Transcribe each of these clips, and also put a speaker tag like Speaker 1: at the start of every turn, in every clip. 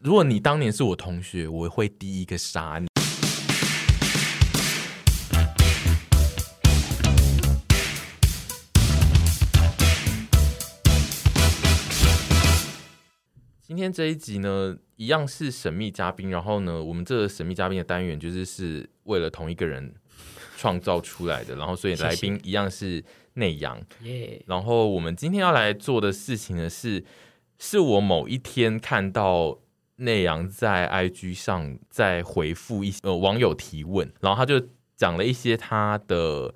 Speaker 1: 如果你当年是我同学，我会第一个杀你。今天这一集呢，一样是神秘嘉宾。然后呢，我们这个神秘嘉宾的单元就是是为了同一个人创造出来的。然后，所以来宾一样是内阳。
Speaker 2: 耶、
Speaker 1: 然后我们今天要来做的事情呢是，是我某一天看到内阳在 IG 上在回复一些呃网友提问，然后他就讲了一些他的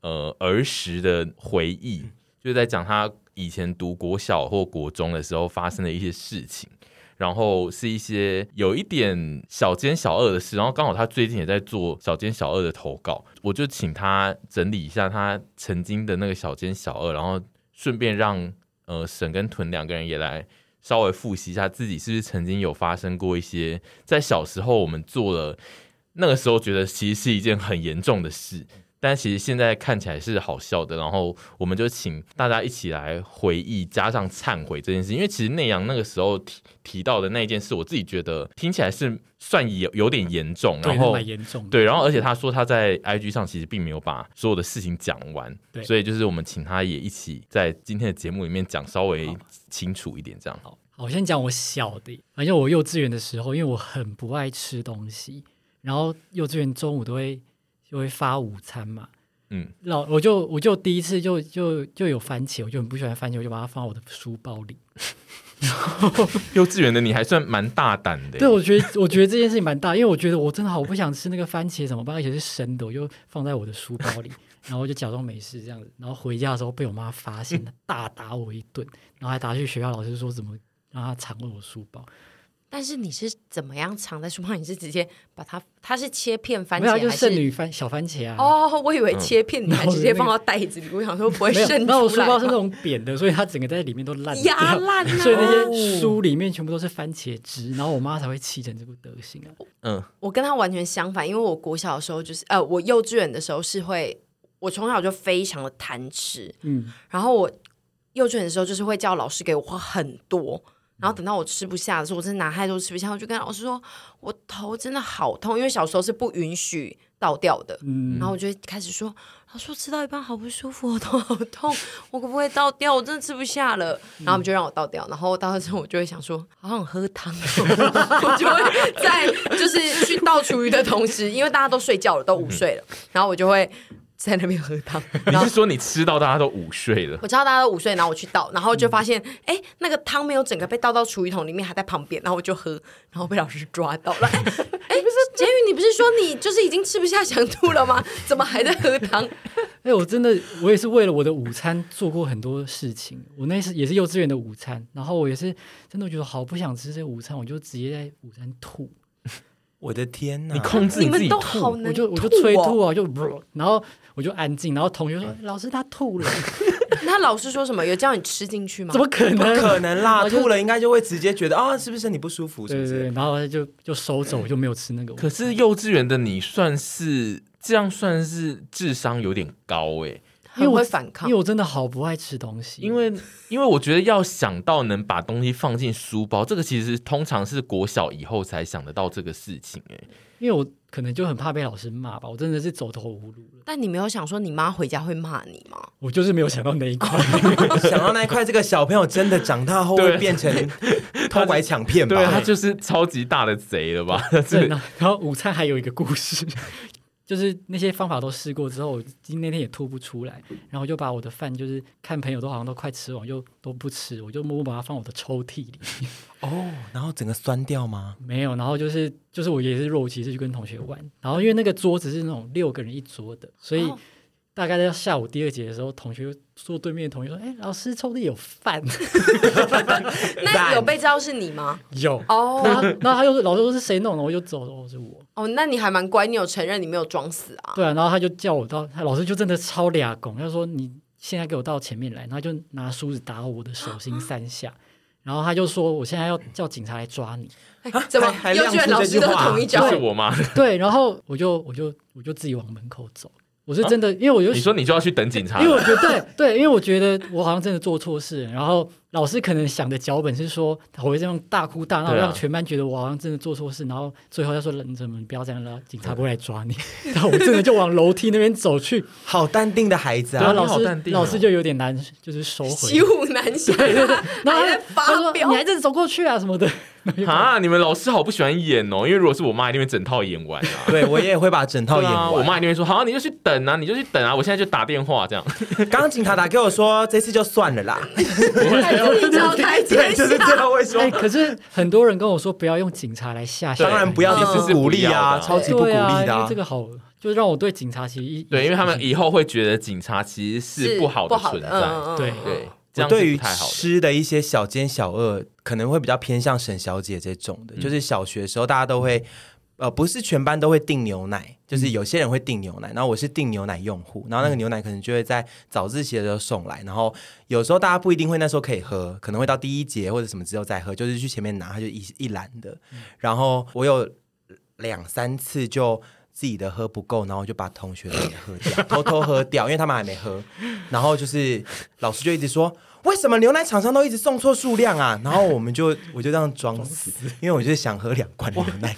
Speaker 1: 呃儿时的回忆，就是在讲他以前读国小或国中的时候发生的一些事情。然后是一些有一点小奸小恶的事，然后刚好他最近也在做小奸小恶的投稿，我就请他整理一下他曾经的那个小奸小恶，然后顺便让呃沈跟屯两个人也来稍微复习一下自己是不是曾经有发生过一些在小时候我们做了那个时候觉得其实是一件很严重的事。但其实现在看起来是好笑的，然后我们就请大家一起来回忆，加上忏悔这件事，因为其实内阳那个时候提提到的那一件事，我自己觉得听起来是算有有点严重，
Speaker 2: 对，
Speaker 1: 然
Speaker 2: 那
Speaker 1: 后
Speaker 2: 蛮严重的。
Speaker 1: 对，然后而且他说他在 IG 上其实并没有把所有的事情讲完，
Speaker 2: 对
Speaker 1: 所以就是我们请他也一起在今天的节目里面讲稍微清楚一点，这样。
Speaker 2: 好，好，我先讲我小的，反正我幼稚园的时候，因为我很不爱吃东西，然后幼稚园中午都会就会发午餐嘛，
Speaker 1: 嗯，
Speaker 2: 老我就我就第一次就就就有番茄，我就很不喜欢番茄，我就把它放到我的书包里。
Speaker 1: 幼稚园的你还算蛮大胆的，欸
Speaker 2: 对，，我觉得我觉得这件事情蛮大，因为我觉得我真的好不想吃那个番茄怎么办？而且是生的，我就放在我的书包里，然后我就假装没事这样子，然后回家的时候被我妈发现，大打我一顿，然后还打去学校老师说怎么让她藏我书包，
Speaker 3: 但是你是怎么样藏在书包？你是直接把它，它是切片番
Speaker 2: 没有
Speaker 3: 茄
Speaker 2: 啊就
Speaker 3: 还
Speaker 2: 剩
Speaker 3: 是？
Speaker 2: 女番小番茄啊。
Speaker 3: 哦，我以为切片，你还
Speaker 2: 然后
Speaker 3: 直接
Speaker 2: 那个
Speaker 3: 放到袋子里。我想说不会
Speaker 2: 没有，
Speaker 3: 渗出
Speaker 2: 然后我书
Speaker 3: 来哦
Speaker 2: 包是
Speaker 3: 吧
Speaker 2: 那种扁的，所以它整个在里面都烂掉，
Speaker 3: 压烂啊
Speaker 2: 所以那些书里面全部都是番茄汁，然后我妈才会气成这副德行啊。
Speaker 3: 哦
Speaker 1: 嗯，
Speaker 3: 我跟他完全相反，因为我国小的时候就是，呃，我幼稚园的时候是会，我从小就非常的贪吃，
Speaker 2: 嗯，
Speaker 3: 然后我幼稚园的时候就是会叫老师给我很多，然后等到我吃不下的时候，我真的拿太多吃不下，我就跟老师说，我头真的好痛，因为小时候是不允许倒掉的，
Speaker 2: 嗯
Speaker 3: 然后我就会开始说，老师我吃到一半好不舒服，我头好痛， 我可不可以倒掉？我真的吃不下了，然后他们就让我倒掉，然后到时候我就会想说，好想喝汤哦， 我就会在就是去倒厨余的同时，因为大家都睡觉了，都午睡了，然后我就会在那边喝汤，
Speaker 1: 你
Speaker 3: 然后
Speaker 1: 是说你吃到大家都午睡了？
Speaker 3: 我知道大家都午睡，然后我去倒，然后就发现，哎、那个汤没有整个被倒到厨余桶里面，还在旁边，然后我就喝，然后被老师抓到了。哎、不是简宇，你不是说你就是已经吃不下想吐了吗？怎么还在喝汤？
Speaker 2: 哎、我真的，我也是为了我的午餐做过很多事情。我那是也是幼稚园的午餐，然后我也是真的觉得好不想吃这个午餐，我就直接在午餐吐，
Speaker 4: 我的天呐！
Speaker 1: 你控制
Speaker 3: 你
Speaker 1: 自
Speaker 3: 们
Speaker 1: 己
Speaker 3: 都好
Speaker 1: 吐，
Speaker 3: 能
Speaker 2: 我就我就
Speaker 3: 吐
Speaker 2: 催
Speaker 3: 哦
Speaker 2: 吐啊，我就 然后我就安静，然后同学 说：“老师他吐了，
Speaker 3: 那老师说什么？有叫你吃进去吗？
Speaker 2: 怎么可
Speaker 4: 不
Speaker 2: 能？”
Speaker 4: 可 能啦，
Speaker 2: 我就
Speaker 4: 吐了应该就会直接觉得啊，是不是身体不舒服？是
Speaker 2: 对
Speaker 4: 不
Speaker 2: 对对，
Speaker 4: 是？
Speaker 2: 然后他就就收走，我就没有吃那个午餐。
Speaker 1: 可是幼稚园的你算是这样，算是智商有点高哎、
Speaker 2: 因为
Speaker 3: 很
Speaker 2: 我
Speaker 3: 会反抗
Speaker 2: 因为？我真的好不爱吃东西，
Speaker 1: 因为因为我觉得要想到能把东西放进书包，这个其实通常是国小以后才想得到这个事情哎、
Speaker 2: 因为我可能就很怕被老师骂吧，我真的是走投无路了，
Speaker 3: 但你没有想说你妈回家会骂你吗？
Speaker 2: 我就是没有想到那一块。
Speaker 4: 想到那一块，这个小朋友真的长大后
Speaker 1: 对
Speaker 4: 会变成 偷拐抢骗吧？
Speaker 1: 对啊，他就是超级大的贼了吧？
Speaker 2: 对，然后然后午餐还有一个故事， 就是那些方法都试过之后，我今那天也吐不出来，然后我就把我的饭就是看朋友都好像都快吃完，我就都不吃，我就默默把它放我的抽屉里，
Speaker 4: 哦，然后整个酸掉吗？
Speaker 2: 没有。然后就是就是我也是若无其事去跟同学玩，然后因为那个桌子是那种六个人一桌的，所以
Speaker 3: 哦
Speaker 2: 大概在下午第二节的时候，同学坐对面的同学说：“哎，老师抽屉有饭。
Speaker 3: 那有被知道是你吗？”
Speaker 2: 有。然
Speaker 3: 哦
Speaker 2: 后，然后他又说：“老师说是谁弄的？”我就走了，哦，是我。
Speaker 3: 哦，那你还蛮乖，你有承认你没有装死啊？
Speaker 2: 对啊，然后他就叫我到，他老师就真的超俩拱，他说你现在给我到前面来，然后就拿梳子打我的手心三下， 然后他就说我现在要叫警察来抓你，
Speaker 3: 哎怎么
Speaker 4: 还还
Speaker 3: 幼
Speaker 4: 亮
Speaker 3: 稚
Speaker 4: 出
Speaker 3: 园老
Speaker 4: 这
Speaker 3: 师
Speaker 4: 句
Speaker 3: 都是
Speaker 4: 话
Speaker 3: 同一
Speaker 1: 就
Speaker 3: 招
Speaker 1: 是？我妈，
Speaker 2: 对，然后我就我就我就自己往门口走，我是真的，因为我就
Speaker 1: 你说你就要去等警察
Speaker 2: 因为
Speaker 1: 了，
Speaker 2: 我觉得对对，因为我觉得我好像真的做错事，然后老师可能想的脚本是说，我会这样大哭大闹，
Speaker 1: 对啊
Speaker 2: 让全班觉得我好像真的做错事，然后最后要说人怎么你不要这样了，警察不会来抓你。然后我真的就往楼梯那边走去，
Speaker 4: 好淡定的孩子
Speaker 2: 然 后
Speaker 4: 啊！
Speaker 1: 对啊
Speaker 2: 老
Speaker 1: 你好
Speaker 2: 师、
Speaker 1: 淡定哦
Speaker 2: 老师就有点难，就是 收回。
Speaker 3: 骑虎难下，
Speaker 2: 然后他
Speaker 3: 还在
Speaker 2: 他
Speaker 3: 发
Speaker 2: 说
Speaker 3: 飙
Speaker 2: 你，还真的走过去啊什 么的。
Speaker 1: 啊，你们老师好不喜欢演哦，因为如果是我妈，一定会整套演完啊。
Speaker 4: 对我也会把整套
Speaker 1: 对
Speaker 4: 演
Speaker 1: 啊，我
Speaker 4: 完。
Speaker 1: 妈一定会说：“好，你就去等啊，你就去等啊，我现在就打电话这样。
Speaker 4: 刚刚警察打给我说，这次就算了啦。
Speaker 3: 还是你找台阶
Speaker 4: 对，就是这
Speaker 3: 下。
Speaker 4: 样会说
Speaker 2: 哎、。可是很多人跟我说不要用警察来吓小
Speaker 1: 对
Speaker 2: 孩，
Speaker 4: 当然不要，
Speaker 3: 嗯
Speaker 4: 这是鼓励啊，
Speaker 1: 对
Speaker 4: 超级不鼓
Speaker 2: 对
Speaker 4: 励
Speaker 2: 啊，
Speaker 4: 的
Speaker 2: 因
Speaker 4: 啊
Speaker 2: 为这。个好，就是让我对警察其实一”
Speaker 1: 对，因为他们以后会觉得警察其实是不好的存在，
Speaker 3: 嗯嗯嗯
Speaker 2: 对
Speaker 1: 对，这样
Speaker 4: 我
Speaker 1: 是
Speaker 4: 对
Speaker 1: 不
Speaker 4: 于
Speaker 1: 太好的。
Speaker 4: 吃的一些小奸小恶，可能会比较偏向沈小姐这种
Speaker 1: 嗯
Speaker 4: 的，就是小学的时候大家都会。呃，不是全班都会订牛
Speaker 1: 嗯
Speaker 4: 奶，就是有些人会订牛奶，然后我是订牛奶用户，然后那
Speaker 1: 嗯
Speaker 4: 个牛奶可能就会在早自习的时候送来，然后有时候大家不一定会那时候可以喝，可能会到第一节或者什么之后再喝，就是去前面拿，它就一一篮的，
Speaker 1: 嗯
Speaker 4: 然后我有两三次就自己的喝不够，然后就把同学的也喝掉， 偷偷喝掉，因为他们还没喝。然后就是老师就一直说，为什么牛奶厂商都一直送错数量啊？然后我们就我就这样装死，因为我就是想喝两罐牛 奶。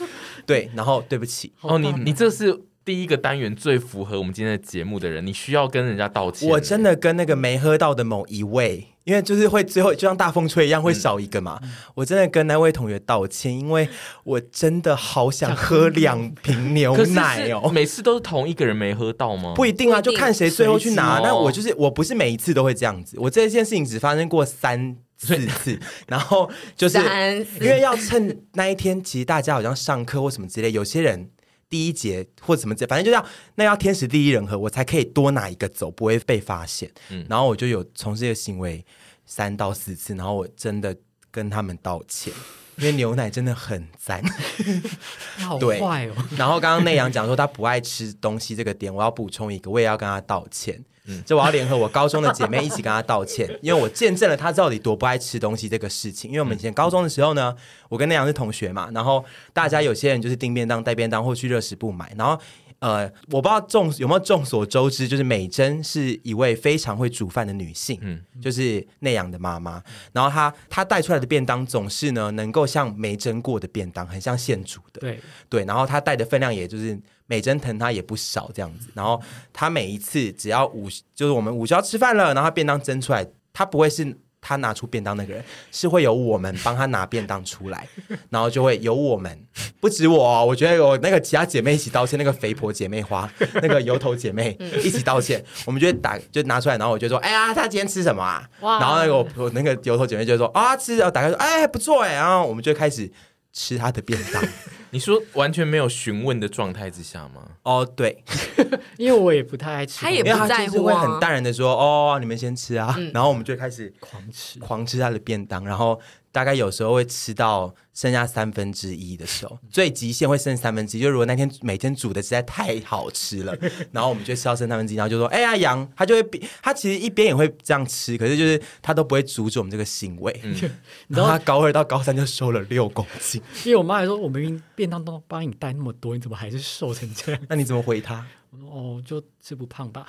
Speaker 4: 对，然后对不起，
Speaker 1: 哦，你你这是第一个单元最符合我们今天的节目的人，你需要跟人家道歉。
Speaker 4: 我真的跟那个没喝到的某一位，因为就是会最后就像大风吹一样会少一个嘛。我真的跟那位同学道歉，因为我真的好想喝两瓶牛
Speaker 1: 可是
Speaker 4: 奶
Speaker 1: 是
Speaker 4: 哦。
Speaker 1: 每次都是同一个人没喝到吗？
Speaker 4: 不一定啊，
Speaker 3: 不一定
Speaker 4: 就看谁最后去拿
Speaker 1: 随。机哦
Speaker 4: 那我就是我不是每一次都会这样子，我这件事情只发生过三四次， 然后就是
Speaker 3: 三四
Speaker 4: 因为要趁那一天，其实大家好像上课或什么之类，有些人。第一节或什么之类，反正就要那要天时地利人和，我才可以多拿一个走，不会被发现。
Speaker 1: 嗯
Speaker 4: 然后我就有从事这个行为三到四次，然后我真的跟他们道歉，因为牛奶真的很赞。
Speaker 2: 你好
Speaker 4: 对
Speaker 2: 坏哦。
Speaker 4: 然后刚刚内阳讲说他不爱吃东西这个点，我要补充一个，我也要跟他道歉。就我要联合我高中的姐妹一起跟他道歉，因为我见证了他到底多不爱吃东西这个事情。因为我们以前高中的时候呢，我跟内阳是同学嘛，然后大家有些人就是订便当、带便当或去热食部买，然后。呃，我不知道众有没有众所周知，就是美珍是一位非常会煮饭的女性，
Speaker 1: 嗯
Speaker 4: 就是那样的妈妈。然后她她带出来的便当总是呢，能够像没蒸过的便当，很像现煮的。
Speaker 2: 对，
Speaker 4: 对，然后他带的分量也就是美珍疼他也不少这样子，然后他每一次只要午就是我们午休要吃饭了，然后他便当蒸出来，他不会是他拿出便当那个人，是会有我们帮他拿便当出来，然后就会有我们，不止我哦、我觉得有那个其他姐妹一起道歉，那个肥婆姐妹花，那个油头姐妹一起道歉，我们就会打就拿出来，然后我就说，哎呀，他今天吃什么啊？
Speaker 3: 哇
Speaker 4: 然后那个我我那个油头姐妹就说啊吃，然后打开说，哎不错哎，然后我们就开始吃他的便当。
Speaker 1: 你说完全没有询问的状态之下吗？
Speaker 4: 哦，对，
Speaker 2: 因为我也不太爱吃东
Speaker 3: 他
Speaker 2: 西，
Speaker 3: 也
Speaker 4: 因为
Speaker 3: 不
Speaker 4: 他
Speaker 3: 在
Speaker 4: 就是
Speaker 3: 乎
Speaker 4: 会
Speaker 3: 啊嗯
Speaker 4: 很淡然的说：“哦，你们先吃啊。 然后我们就开始
Speaker 2: 狂吃。
Speaker 4: 狂吃他的便当，然后大概有时候会吃到剩下三分之一的时候，
Speaker 3: 嗯
Speaker 4: 最极限会剩三分之一。就如果那天每天煮的实在太好吃 了，然后我们就吃到剩三分之一，然后就说：“哎呀，杨，他就会比他其实一边也会这样吃，可是就是他都不会阻止我们这个行为。
Speaker 3: 嗯
Speaker 4: 然后他高二到高三就瘦了六公斤，
Speaker 2: 因为我妈还说，我明明便当都帮你带那么多，你怎么还是瘦成这样？
Speaker 4: 那你怎么回他？
Speaker 2: 我说哦，就吃不胖吧。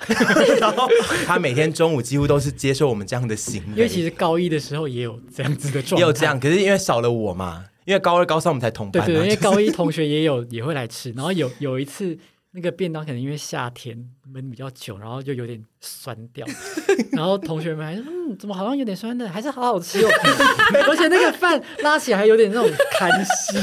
Speaker 4: 然后他每天中午几乎都是接受我们这样的行为，
Speaker 2: 因 为其实高一的时候也有这样子的状态，
Speaker 4: 也有这样，可是因为少了我嘛，因为高二高三我们才同
Speaker 2: 对
Speaker 4: 班、啊，
Speaker 2: 对，因为
Speaker 4: 就是
Speaker 2: 高一同学也有也会来吃，然后有有一次那个便当可能因为夏天闷比较久，然后就有点酸掉，然后同学们还说嗯，怎么好像有点酸的，还是好好吃哦， 而且那个饭拉起来还有点那种 干稀，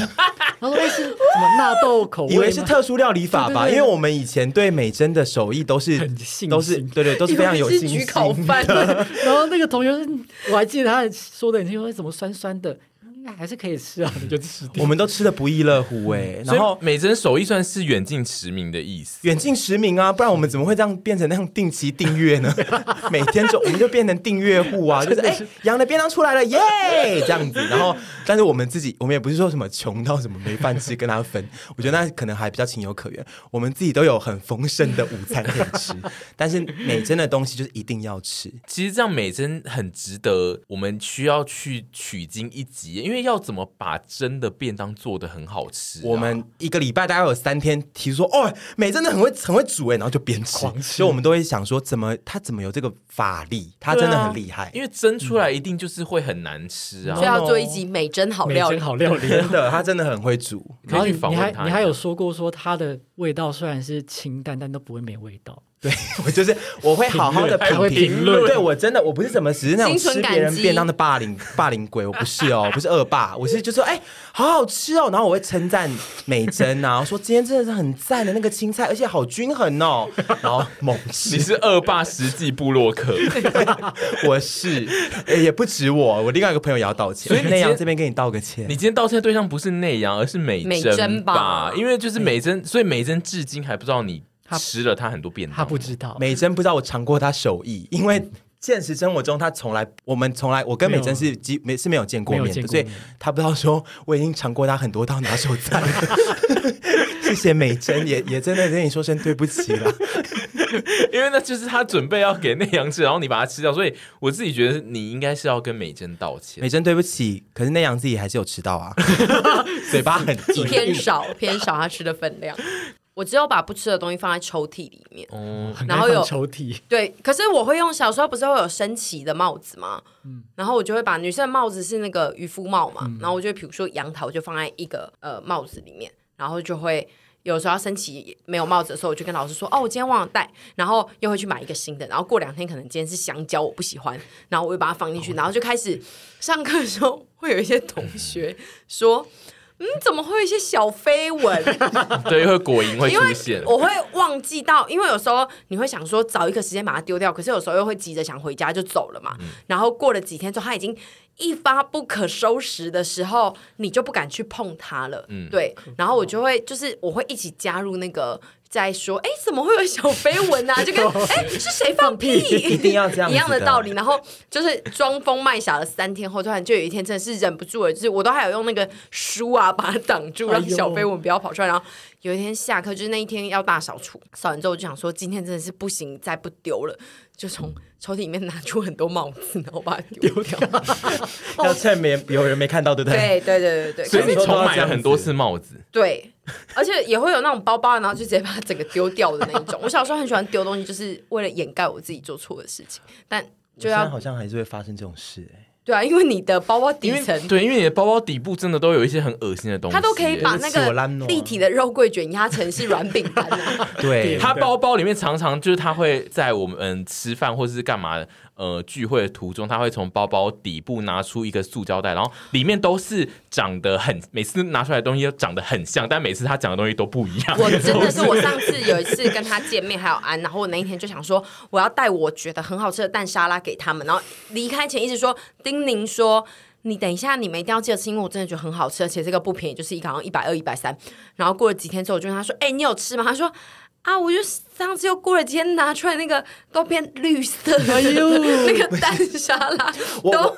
Speaker 2: 然后说哎是什么纳豆口味
Speaker 4: 以
Speaker 2: 吗，
Speaker 4: 为是特殊料理法吧，
Speaker 2: 对对对
Speaker 4: 因为我们以前对美珍的手艺都是
Speaker 2: 很信心
Speaker 4: 都是对对都是非常有信
Speaker 3: 以为
Speaker 4: 心
Speaker 3: 是焗烤饭，
Speaker 2: 然后那个同学嗯我还记得他说的很清楚，哎怎么酸酸的，应该还是可以吃啊，你就吃掉
Speaker 4: 我。们都吃的不亦乐乎哎、然
Speaker 1: 然后
Speaker 4: 后
Speaker 1: 美珍手艺算是远近驰名的意思。
Speaker 4: 远近驰名啊，不然我们怎么会这样变成那样定期订阅呢？ 每天就我们就变成订阅户啊，就是哎羊的便当出来了耶 这样子，然后但是我们自己我们也不是说什么穷到什么没饭吃跟他分， 我觉得那可能还比较情有可原，我们自己都有很丰盛的午餐可以吃， 但是美珍的东西就是一定要吃。
Speaker 1: 其实这样美珍很值得，我们需要去取经一集，因为为要怎么把真的便当做的很好吃啊、
Speaker 4: 我们一个礼拜大概有三天提出说，哦，美真的很会很会煮哎，然后就边吃，
Speaker 2: 狂吃
Speaker 4: 所以我们都会想说，怎么他怎么有这个法力？他真的很厉害，
Speaker 1: 因为蒸出来一定就是会很难吃啊
Speaker 2: 嗯
Speaker 3: 所以。要做一集美珍好
Speaker 2: 美
Speaker 3: 料理
Speaker 2: 真。好 料理。
Speaker 4: 真的他真的很会煮。
Speaker 1: 可
Speaker 2: 然后
Speaker 1: 以
Speaker 2: 你
Speaker 1: 去访
Speaker 2: 你
Speaker 1: 问
Speaker 2: 还
Speaker 1: 他
Speaker 2: 你还有说过说它的味道虽然是清淡，但都不会没味道。
Speaker 4: 对 我就是我会好好的
Speaker 2: 评论还会
Speaker 4: 评
Speaker 2: 评论
Speaker 4: 对我真的我不是怎么只是那种
Speaker 3: 心存
Speaker 4: 吃
Speaker 3: 感
Speaker 4: 别人
Speaker 3: 激
Speaker 4: 便当的霸凌 霸凌鬼，我不是哦，不是恶霸，我是就说哎、好好吃哦，然后我会称赞美珍啊，说今天真的是很赞的那个青菜，而且好均衡哦， 然后猛
Speaker 1: 你
Speaker 4: 吃，
Speaker 1: 是恶霸实际部落 客，
Speaker 4: 我是、哎也不止我，我另外一个朋友也要道歉，
Speaker 1: 所以你
Speaker 4: 那
Speaker 1: 今
Speaker 4: 样
Speaker 1: 天
Speaker 4: 这边跟你道个歉
Speaker 1: 你。今天道歉的对象不是内阳，而是美
Speaker 3: 美
Speaker 1: 珍
Speaker 3: 珍吧
Speaker 1: 因为就是美珍，所以美珍至今还不知道你
Speaker 2: 她
Speaker 1: 吃了她很多便当，
Speaker 2: 他不知道，
Speaker 4: 美珍不知道我尝过她手艺，因为现实生活中她从来我们从来我跟美珍是几没是没有见过面
Speaker 2: 没有
Speaker 4: 的，
Speaker 2: 见过
Speaker 4: 所以
Speaker 2: 面
Speaker 4: 她不知道说我已经尝过她很多道拿手菜。 谢谢美珍，也也真的跟你说声对不 起了。
Speaker 1: 因为那就是他准备要给内阳吃，然后你把它吃掉，所以我自己觉得你应该是要跟美珍道歉。
Speaker 4: 美珍对不起，可是那样自己还是有吃 到啊，嘴巴很硬。
Speaker 3: 偏少偏少他吃的分量。我只有把不吃的东西放在抽屉里面。
Speaker 1: 哦，
Speaker 2: 很
Speaker 3: 然后
Speaker 2: 难放
Speaker 3: 有
Speaker 2: 抽屉，
Speaker 3: 对，可是我会用小时候不是会有升旗的帽子吗？然后我就会把女生的帽子是那个渔夫帽嘛，然后我就比如说杨桃就放在一个呃帽子里面，然后就会。有时候要升旗没有帽子的时候，我就跟老师说：“哦，我今天忘了带。”然后又会去买一个新的。然后过两天可能今天是香蕉，我不喜欢，然后我又把它放进去。然后就开始 上课的时候，会有一些同学说：“嗯，怎么会有一些小飞蚊？”
Speaker 1: 对，会果蝇会
Speaker 3: 因
Speaker 1: 出
Speaker 3: 为
Speaker 1: 现。
Speaker 3: 我会忘记到，因为有时候你会想说找一个时间把它丢掉，可是有时候又会急着想回家就走了
Speaker 1: 嗯
Speaker 3: 嘛。然后过了几天之后，它已经一发不可收拾的时候，你就不敢去碰它了。
Speaker 1: 嗯
Speaker 3: 对。然后我就会就是我会一起加入那个。在说，哎、怎么会有小飞蚊 啊？就跟哎、是谁放屁？一
Speaker 4: 定要这样子的
Speaker 3: 一样的道理。然后就是装疯卖傻了三天后，突然就有一天真的是忍不住了，就是我都还有用那个书啊把它挡住，
Speaker 2: 哎
Speaker 3: 让
Speaker 2: 呦
Speaker 3: 小飞蚊不要跑出来。然后有一天下课，就是那一天要大扫除，扫完之后我就想说，今天真的是不行，再不丢了，就从抽屉里面拿出很多帽子，然后把它丢掉。
Speaker 4: 要趁没 有人没看到，对不对？
Speaker 3: 对对对对对，
Speaker 1: 所以
Speaker 3: 可
Speaker 1: 你
Speaker 3: 是
Speaker 1: 重买了很多次帽子，
Speaker 3: 对，而且也会有那种包包，然后就直接把它整个丢掉的那一种。我小时候很喜欢丢东西，就是为了掩盖我自己做错的事情，但就
Speaker 4: 我现在
Speaker 2: 啊
Speaker 3: 要
Speaker 4: 好像还是会发生这种事、哎
Speaker 3: 对啊，因为你的包包底
Speaker 1: 因为
Speaker 3: 层。
Speaker 1: 对，因为你的包包底部真的都有一些很恶心的东西，
Speaker 3: 它都可以把那
Speaker 4: 我懒
Speaker 3: 个
Speaker 4: 哦
Speaker 3: 立体的肉桂卷压成是软饼干 啊！
Speaker 4: 对，
Speaker 1: 欸他包包里面常常就是他会在我们嗯吃饭或是干嘛的呃聚会的途中，他会从包包底部拿出一个塑胶袋，然后里面都是长得很，每次拿出来的东西都长得很像，但每次他讲的东西都不一样。
Speaker 3: 我真的是我上次有一次跟他见面，还有安，然后我那一天就想说，我要带我觉得很好吃的蛋沙拉给他们，然后离开前一直说叮咛说。你等一下，你们一定要记得吃，因为我真的觉得很好吃，而且这个不便宜，就是一个好像一百二、一百三。然后过了几天之后，我就问他说：“哎、你有吃吗？”他说：“啊，我就上次又过了几天拿出来，那个都变绿色的，那个蛋沙拉
Speaker 4: 哎我
Speaker 3: 都
Speaker 4: 我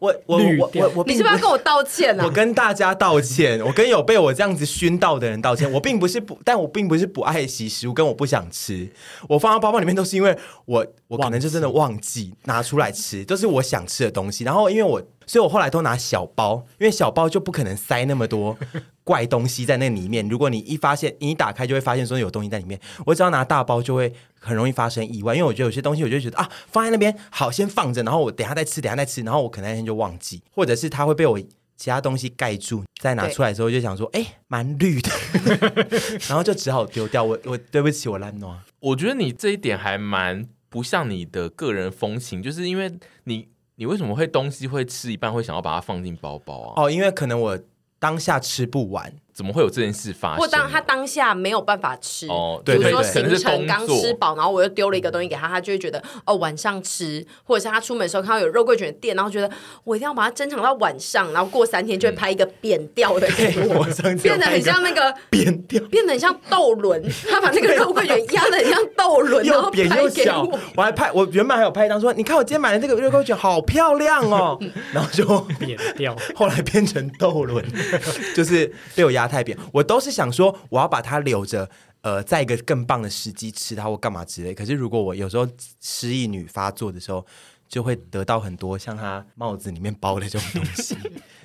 Speaker 4: 我我
Speaker 2: 绿
Speaker 4: 我
Speaker 2: 掉
Speaker 4: 我我
Speaker 3: 你
Speaker 4: 并
Speaker 3: 是不是要跟我道歉啊呢、
Speaker 4: 我跟大家道歉，我跟有被我这样子熏到的人道歉。我并不是不，但我并不是不爱惜食物，跟我不想吃。我放到包包里面都是因为我，我可能就真的忘记拿出来吃，都是我想吃的东西。然后因为我，所以我后来都拿小包，因为小包就不可能塞那么多怪东西在那里面。如果你一发现，你一打开就会发现说有东西在里面。我只要拿大包就会。很容易发生意外，因为我觉得有些东西，我就会觉得啊，放在那边好，先放着，然后我等一下再吃，等一下再吃，然后我可能那天就忘记，或者是它会被我其他东西盖住，再拿出来的时候就想说，哎，蛮绿 的，然后就只好丢掉。我我对不起，我烂诺。
Speaker 1: 我觉得你这一点还蛮不像你的个人风情，就是因为你你为什么会东西会吃一半会想要把它放进包包啊？
Speaker 4: 哦，因为可能我当下吃 不完，
Speaker 1: 怎么会有这件事发生啊？
Speaker 3: 或当他当下没有办法吃，
Speaker 1: 哦
Speaker 3: 比如
Speaker 4: 对
Speaker 3: 说
Speaker 4: 对对
Speaker 1: 可能
Speaker 3: 行
Speaker 1: 是
Speaker 3: 程嗯刚
Speaker 1: 工作
Speaker 3: 吃饱，然后我又丢了一个东西给他，他就会觉得哦晚上吃，或者是他出门的时候看到有肉桂卷的店，然后觉得我一定要把它珍藏到晚上，然后过三天就会拍一个扁掉的给我，
Speaker 4: 我上次有
Speaker 3: 变得
Speaker 4: 看
Speaker 3: 很
Speaker 4: 一个
Speaker 3: 像那个。
Speaker 4: 扁掉，
Speaker 3: 变得很像豆轮，他把那个肉桂卷压得很像豆轮，然后
Speaker 4: 又扁
Speaker 3: 拍
Speaker 4: 又
Speaker 3: 给
Speaker 4: 小
Speaker 3: 我。，
Speaker 4: 我还拍，我原本还有拍一张说，你看我今天买的这个热狗卷好漂亮哦， 然后就
Speaker 2: 扁掉。
Speaker 4: 后来变成豆轮， 就是被我压太扁。我都是想说，我要把它留着，呃，在一个更棒的时机吃它或干嘛之类。可是如果我有时候失忆女发作的时候，就会得到很多像他帽子里面包的这种东 西。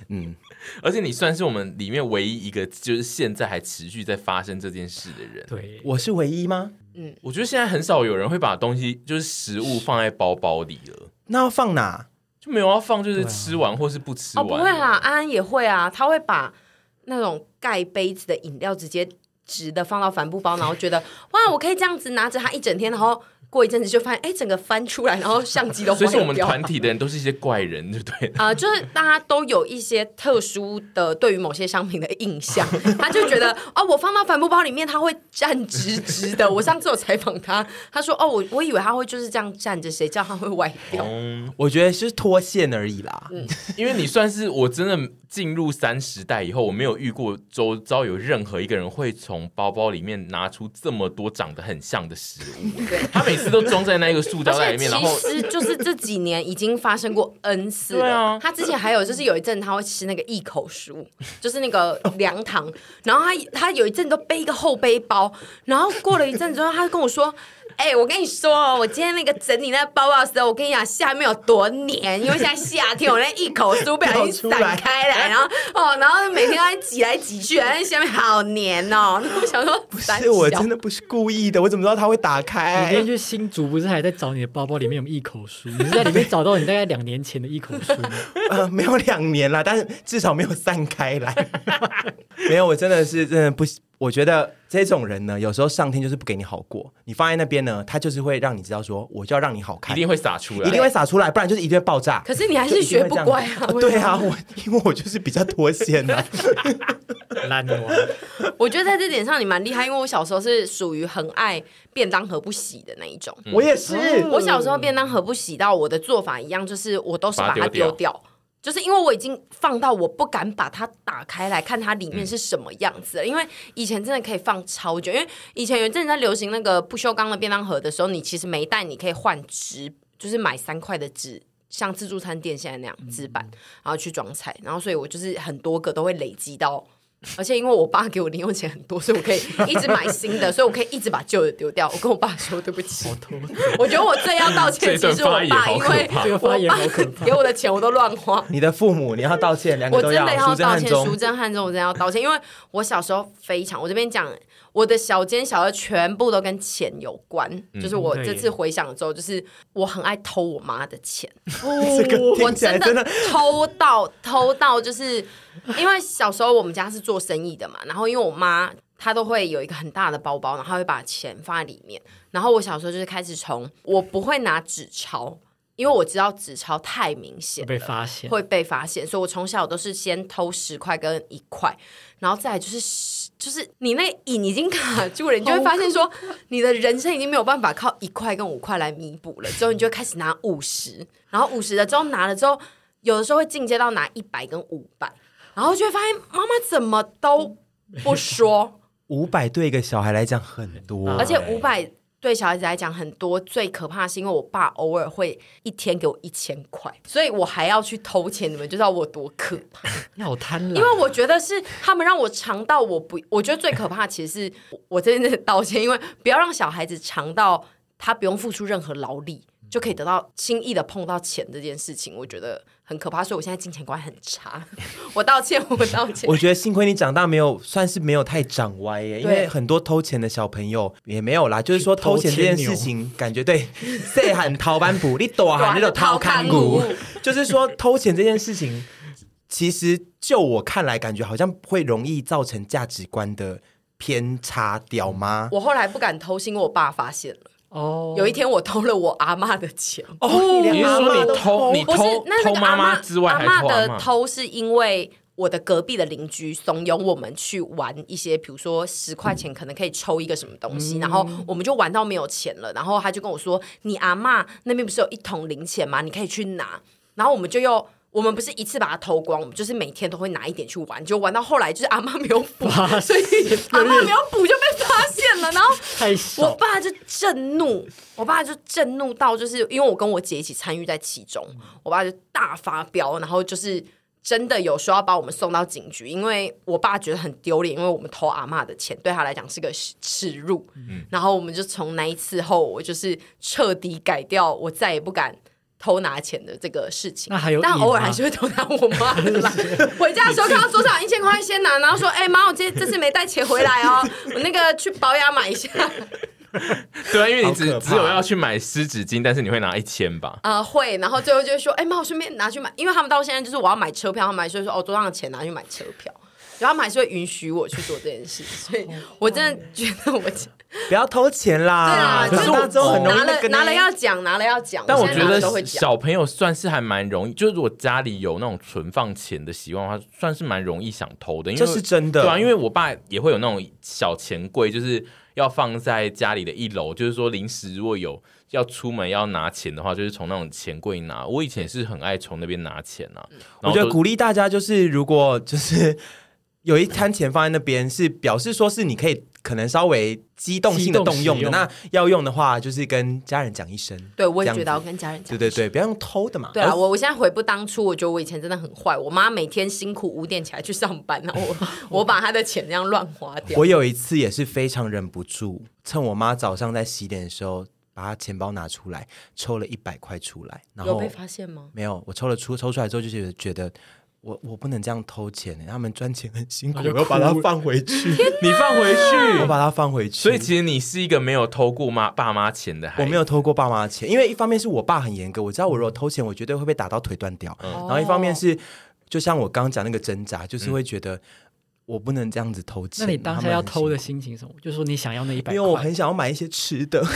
Speaker 4: 嗯，
Speaker 1: 而且你算是我们里面唯一一个，就是现在还持续在发生这件事的人。
Speaker 2: 对，
Speaker 4: 我是唯一吗？
Speaker 3: 嗯，
Speaker 1: 我觉得现在很少有人会把东西，就是食物放在包包里了，
Speaker 4: 那要放哪？
Speaker 1: 就没有要放，就是
Speaker 2: 对啊
Speaker 1: 吃完或是不吃
Speaker 3: 哦，
Speaker 1: 完。
Speaker 3: 不会啦，，安安也会啊，他会把那种盖杯子的饮料直接直的放到帆布包，然后 觉得哇，我可以这样子拿着它一整天，然后过一阵子就发现，哎，整个翻出来，然后相机都坏
Speaker 1: 所以是
Speaker 3: 掉。
Speaker 1: 我们团体的人都是一些怪人，对不对？
Speaker 3: 啊、就是大家都有一些特殊的对于某些商品的 印象，他就觉得哦，我放到帆布包里面，它会站直直的。我上次有采访他，他说哦，我我以为他会就是这样站着，谁知道他会歪掉。
Speaker 1: 嗯，
Speaker 4: 我觉得是脱线而已啦。
Speaker 1: 因为你算是我真的进入三十代以后，我没有遇过周遭有任何一个人会从包包里面拿出这么多长得很像的食物。
Speaker 3: 对，
Speaker 1: 他每次都装在那个塑
Speaker 3: 而
Speaker 1: 胶袋
Speaker 3: 且
Speaker 1: 里
Speaker 3: 其
Speaker 1: 面，然后
Speaker 3: 实就是这几年已经发生过 N 次
Speaker 1: 对
Speaker 3: 了。
Speaker 1: 啊
Speaker 3: 他之前还有就是有一阵他会吃那个一口酥，就是那个凉糖，然后他他有一阵都背一个后背包，然后过了一阵之后，他就跟我说。哎、我跟你说哦，我今天那个整理那个包包啊的时候，我跟你讲下面有多黏，因为现在夏天，我那一口酥不小心散开来，然后哦，然后每天要挤来挤去，然后下面好黏哦。那我想说，不
Speaker 4: 是我真的不是故意的，我怎么知道它会打
Speaker 2: 你今天
Speaker 4: 开？
Speaker 2: 去新竹，不是还在找你的包包里面有没有一口书？你是在里面找到你大概两年前的一口书吗？
Speaker 4: 呃， 没有两年啦，但是至少没有散开来。 没有，我真的是真的不，我觉得这种人呢，有时候上天就是不给你好过，你放在那边呢，他就是会让你知道说，我就要让你好
Speaker 1: 一
Speaker 4: 看，
Speaker 1: 定会洒出来，
Speaker 4: 一定会洒出来，不然就是一定会爆炸。
Speaker 3: 可是你还是学不乖啊
Speaker 4: 就一定会这样 啊对啊，我因为我就是比较脱线 啊。
Speaker 2: 烂娃，
Speaker 3: 我觉得在这点上你蛮厉害，因为我小时候是属于很爱便当盒不洗的那一种。
Speaker 1: 嗯
Speaker 4: 我也是，
Speaker 3: 我小时候便当盒不洗到我的做法一样，就是我都是把
Speaker 1: 把
Speaker 3: 它
Speaker 1: 它
Speaker 3: 丢
Speaker 1: 丢掉
Speaker 3: 掉。就是因为我已经放到我不敢把它打开来看它里面是什么样子了，因为以前真的可以放超久，因为以前有一阵子在流行那个不锈钢的便当盒的时候，你其实没带你可以换纸，就是买三块的纸，像自助餐店现在那样纸板，然后去装菜，然后所以我就是很多个都会累积到而且因为我爸给我零用钱很多，所以我可以一直买新的，所以我可以一直把旧的丢掉。我跟我爸说对不起， 我觉得我最要道歉，
Speaker 1: 这
Speaker 3: 其
Speaker 1: 一
Speaker 3: 实
Speaker 1: 段
Speaker 3: 我
Speaker 1: 发言
Speaker 3: 爸，
Speaker 1: 好
Speaker 3: 因
Speaker 1: 可
Speaker 3: 为
Speaker 1: 怕
Speaker 2: 这个
Speaker 3: 我
Speaker 2: 发言
Speaker 3: 爸
Speaker 2: 好可怕
Speaker 3: 给。我的钱我都乱花，
Speaker 4: 你的父母你要道歉，两个
Speaker 3: 我
Speaker 4: 都
Speaker 3: 真的要
Speaker 4: 苏贞
Speaker 3: 道
Speaker 4: 汉
Speaker 3: 歉，
Speaker 4: 中
Speaker 3: 淑珍汉中，我真的要道歉，因为我小时候非常，我这边讲我的小奸小恶全部都跟钱有关，
Speaker 2: 嗯
Speaker 3: 就是我这次回想之后，就是我很爱偷我妈的钱，
Speaker 4: 这个
Speaker 3: 我
Speaker 4: 听起来
Speaker 3: 真的
Speaker 4: 真的
Speaker 3: 偷到偷到，就是因为小时候我们家是做生意的嘛，然后因为我妈她都会有一个很大的包包，然后她会把钱放在里面。然后我小时候就是开始从我不会拿纸钞，因为我知道纸钞太明显
Speaker 2: 被
Speaker 3: 了。
Speaker 2: 发现，
Speaker 3: 会被发现，所以我从小都是先偷十块跟一块，然后再来就是十就是你那瘾已经卡住了，你就会发现说你的人生已经没有办法靠一块跟五块来弥补了，之后你就会开始拿五十，然后五十了之后拿了之后，有的时候会进阶到拿一百跟五百，然后就会发现妈妈怎么都不说，
Speaker 4: 五百对一个小孩来讲很多，啊
Speaker 2: 而
Speaker 3: 而且五百。对小孩子来讲，很多最可怕的是，因为我爸偶尔会一天给我一千块，所以我还要去偷钱，你们就知道我多可怕。
Speaker 2: 你好贪婪，
Speaker 3: 因为我觉得是他们让我尝到我不，我觉得最可怕其实是我我这边的道歉，因为不要让小孩子尝到他不用付出任何劳力就可以得到轻易的碰到钱这件事情，我觉得很可怕，所以我现在金钱观很差，我道歉，我道歉
Speaker 4: 我。觉得幸亏你长大没有，算是没有太长歪耶，因为很多偷钱的小朋友也没有啦，就是说偷钱这件事情，感觉对， 谁喊逃班补，你躲喊那种掏看骨，
Speaker 3: 啊
Speaker 4: 就是说偷钱这件事情，其实就我看来，感觉好像会容易造成价值观的偏差掉吗？
Speaker 3: 我后来不敢偷，是因为我爸发现了。
Speaker 2: 哦，
Speaker 3: 有一天我偷了我阿妈的钱，
Speaker 4: 哦，
Speaker 1: 你是说你偷你
Speaker 3: 不是
Speaker 1: 偷
Speaker 3: 那那
Speaker 1: 偷
Speaker 3: 个
Speaker 1: 妈
Speaker 3: 阿
Speaker 1: 妈
Speaker 3: 妈
Speaker 1: 之外还
Speaker 3: 阿
Speaker 1: 偷
Speaker 3: 嬷
Speaker 1: 阿
Speaker 3: 的
Speaker 1: 妈？
Speaker 3: 偷是因为我的隔壁的邻居怂恿我们去玩一些，比如说十块钱可能可以抽一个什么东
Speaker 1: 嗯
Speaker 3: 西，然后我们就玩到没有钱了，然后他就跟我说：“你阿嬷那边不是有一桶零钱吗？你可以去拿。”然后我们就又。我们不是一次把它偷光，我们就是每天都会拿一点去玩，就玩到后来就是阿嬷没有 补，所以阿嬷没有补就被发现了，然后
Speaker 2: 太
Speaker 3: 我
Speaker 2: 少，
Speaker 3: 爸就震怒，我爸就震怒到，就是因为我跟我姐一起参与在其中，我爸就大发飙，然后就是真的有说要把我们送到警局，因为我爸觉得很丢脸，因为我们偷阿嬷的钱，对他来讲是个耻耻
Speaker 2: 嗯
Speaker 3: 辱。然后我们就从那一次后，我就是彻底改掉，我再也不敢偷拿钱的这个事情。
Speaker 2: 那还有
Speaker 3: 但
Speaker 2: 瘾
Speaker 3: 偶尔
Speaker 2: 吗
Speaker 3: 还是会偷拿我 妈的啦。回家的时候看到桌上有一千块，先拿，然后说：“哎、妈，我这这次没带钱回来哦，我那个去保养买一下。
Speaker 1: 对啊，因为你
Speaker 4: 好
Speaker 1: 只
Speaker 4: 可怕
Speaker 1: 只有要去买湿纸巾，但是你会拿一千吧？
Speaker 3: 呃”会，然后最后就会说：“哎、妈，我顺便拿去买，因为他们到现在就是我要买车票，他们还是会说哦，桌上的钱拿去买车票。”然后他们还是会允许我去做这件事，所以我真的觉得我对
Speaker 4: 不要偷钱啦！
Speaker 3: 啊，
Speaker 4: 可
Speaker 3: 就是是
Speaker 4: 那之后
Speaker 3: 我
Speaker 4: 很容易
Speaker 3: 拿
Speaker 4: 那
Speaker 3: 了
Speaker 4: 个呢
Speaker 3: 拿了要讲，拿了要讲，
Speaker 1: 但我
Speaker 3: 现在
Speaker 1: 觉
Speaker 3: 拿了
Speaker 1: 得
Speaker 3: 都会讲。
Speaker 1: 小朋友算是还蛮容易，就是如果家里有那种存放钱的习惯的话，算是蛮容易想偷的。因为
Speaker 4: 这是真的
Speaker 1: 对啊，因为我爸也会有那种小钱柜，就是要放在家里的一楼，就是说临时如果有要出门要拿钱的话，就是从那种钱柜拿。我以前也是很爱从那边拿钱啊，
Speaker 3: 嗯
Speaker 4: 我
Speaker 1: 然后
Speaker 4: 觉得
Speaker 1: 都
Speaker 4: 鼓励大家就是，如果就是 有一摊钱放在那边，是表示说是你可以可能稍微机动性的动用
Speaker 2: 机动使
Speaker 4: 的。
Speaker 2: 用
Speaker 4: 那要用的话，就是跟家人讲一声。
Speaker 3: 对，我也
Speaker 4: 这样
Speaker 3: 觉
Speaker 4: 子
Speaker 3: 得要跟家人讲。
Speaker 4: 对对呃对，不要用偷的嘛。
Speaker 3: 对啊，
Speaker 4: 而
Speaker 3: 我我现在回不当初，我觉得我以前真的很坏。我妈每天辛苦五点起来去上班，然后 我我把她的钱这样乱花掉。
Speaker 4: 我有一次也是非常忍不住，趁我妈早上在洗脸的时候，把她钱包拿出来，抽了一百块出来，然
Speaker 3: 有
Speaker 4: 后
Speaker 3: 被发现吗？
Speaker 4: 没有，我抽了出抽出来之后，就是觉得我我不能这样偷钱、欸，他们赚钱很辛苦，
Speaker 2: 我
Speaker 4: 我
Speaker 2: 就哭
Speaker 4: 要把它放回 去，
Speaker 1: 你放回
Speaker 4: 我
Speaker 1: 去。
Speaker 4: 把它放回去。
Speaker 1: 所以其实你是一个没有偷过妈爸妈钱的孩子，
Speaker 4: 我没有偷过爸妈的钱，因为一方面是我爸很严格，我知道我如果偷钱，我绝对会被打到腿断掉。
Speaker 2: 嗯
Speaker 4: 嗯然后一方面
Speaker 2: 哦
Speaker 3: 哦
Speaker 4: 是，就像我刚刚讲那个挣扎，
Speaker 1: 嗯
Speaker 4: 就是会觉得我不能这样子偷钱。啊
Speaker 2: 那你当下要偷的
Speaker 4: 他们很辛
Speaker 2: 心情是什么？就是说你想要那一
Speaker 4: 苦，
Speaker 2: 百
Speaker 4: 因为我
Speaker 2: 块，
Speaker 4: 很想要买一些吃的。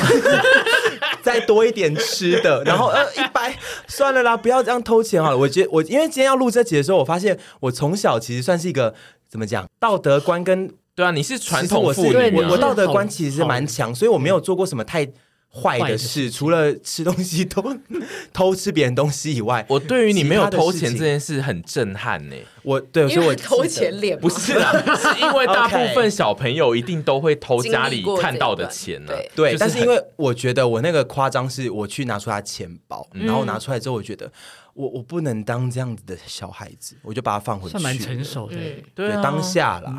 Speaker 4: 再多一点吃的，然后呃一百算了啦，不要这样偷钱好了。我觉得我因为今天要录这集的时候，我发现我从小其实算是一个怎么讲道德观跟
Speaker 1: 对啊，你是传
Speaker 4: 其实
Speaker 1: 统
Speaker 4: 我是
Speaker 1: 妇女
Speaker 2: 对
Speaker 1: 啊，
Speaker 2: 你
Speaker 4: 我我
Speaker 2: 是
Speaker 4: 道德
Speaker 2: 好
Speaker 4: 观其实
Speaker 2: 好
Speaker 4: 蛮强，所以我没有做过什么太
Speaker 2: 坏
Speaker 4: 坏的
Speaker 2: 的
Speaker 4: 事，
Speaker 2: 事
Speaker 4: 除了吃东西偷偷吃别人东西以外，
Speaker 1: 我对于你没有偷
Speaker 4: 其他
Speaker 1: 钱
Speaker 4: 的事情
Speaker 1: 这件事很震撼呢、
Speaker 4: 我对，
Speaker 3: 因
Speaker 4: 所以我
Speaker 3: 为
Speaker 4: 记得
Speaker 3: 偷钱。脸嘛
Speaker 1: 不是 啦，是因为大部
Speaker 4: OK
Speaker 1: 分小朋友一定都会偷家里看到的
Speaker 4: 啊
Speaker 1: 钱啊呢、
Speaker 3: 经历过
Speaker 4: 对，
Speaker 1: 就是
Speaker 4: 但是
Speaker 1: 很
Speaker 4: 因为我觉得我那个夸张是我去拿出他钱包，
Speaker 1: 嗯
Speaker 4: 然后拿出来之后，我觉得我我不能当这样子的小孩子，我就把它放回去。
Speaker 2: 算蛮成熟的。
Speaker 3: 嗯，
Speaker 1: 对
Speaker 4: 对
Speaker 1: 啊
Speaker 4: 当，下啦，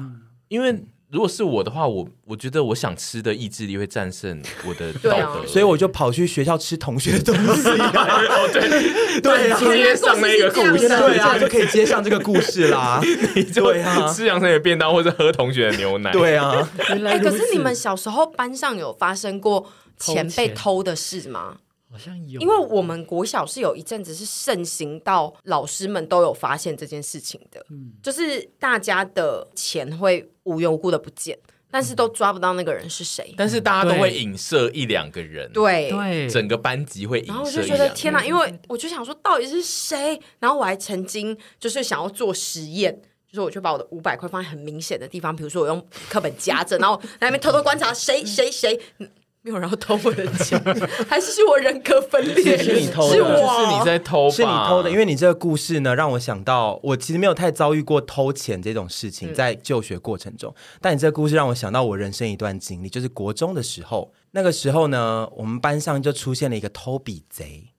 Speaker 1: 因为如果是我的话，我我觉得我想吃的意志力会战胜我的
Speaker 3: 对啊
Speaker 1: 道德，
Speaker 4: 所以我就跑去学校吃同学的东西、 啊。
Speaker 1: 哦
Speaker 4: 对 对啊
Speaker 1: 直接上那个故
Speaker 3: 原
Speaker 1: 事
Speaker 3: 来，
Speaker 4: 对啊，就可以接上这个故事啦。
Speaker 1: 你就
Speaker 4: 对 啊
Speaker 1: 吃杨生的便当或者喝同学的牛奶，，
Speaker 4: 对啊，
Speaker 2: 原来
Speaker 3: 哎，
Speaker 2: 如
Speaker 3: 可
Speaker 2: 此
Speaker 3: 是你们小时候班上有发生过钱被偷的事吗？
Speaker 2: 好像有，
Speaker 3: 因为我们国小是有一阵子是盛行到老师们都有发现这件事情的，
Speaker 2: 嗯
Speaker 3: 就是大家的钱会无缘无故的不见，但
Speaker 2: 嗯
Speaker 3: 是都抓不到那个人是谁。
Speaker 1: 但是大家都会影射一两个人，，
Speaker 3: 对
Speaker 2: 对
Speaker 1: 整个班级会影
Speaker 3: 然后我
Speaker 1: 射
Speaker 3: 就
Speaker 1: 一
Speaker 3: 觉
Speaker 1: 两
Speaker 3: 得
Speaker 1: 个
Speaker 3: 天
Speaker 1: 人。
Speaker 3: 哪，因为我就想说到底是谁？然后我还曾经就是想要做实验，就是我就把我的五百块放在很明显的地方，比如说我用课本夹着，然后在那边偷偷观察谁谁谁。嗯没有人要偷我的钱，还是是我人格分裂？
Speaker 4: 是是你偷的
Speaker 3: 是
Speaker 1: 就
Speaker 3: 我，
Speaker 1: 啊是你在偷吧，
Speaker 4: 是你偷的，因为你这个故事呢，让我想到我其实没有太遭遇过偷钱这种事
Speaker 1: 嗯
Speaker 4: 情，在就学过程中。但你这个故事让我想到我人生一段经历，就是国中的时候，那个时候呢，我们班上就出现了一个偷笔贼，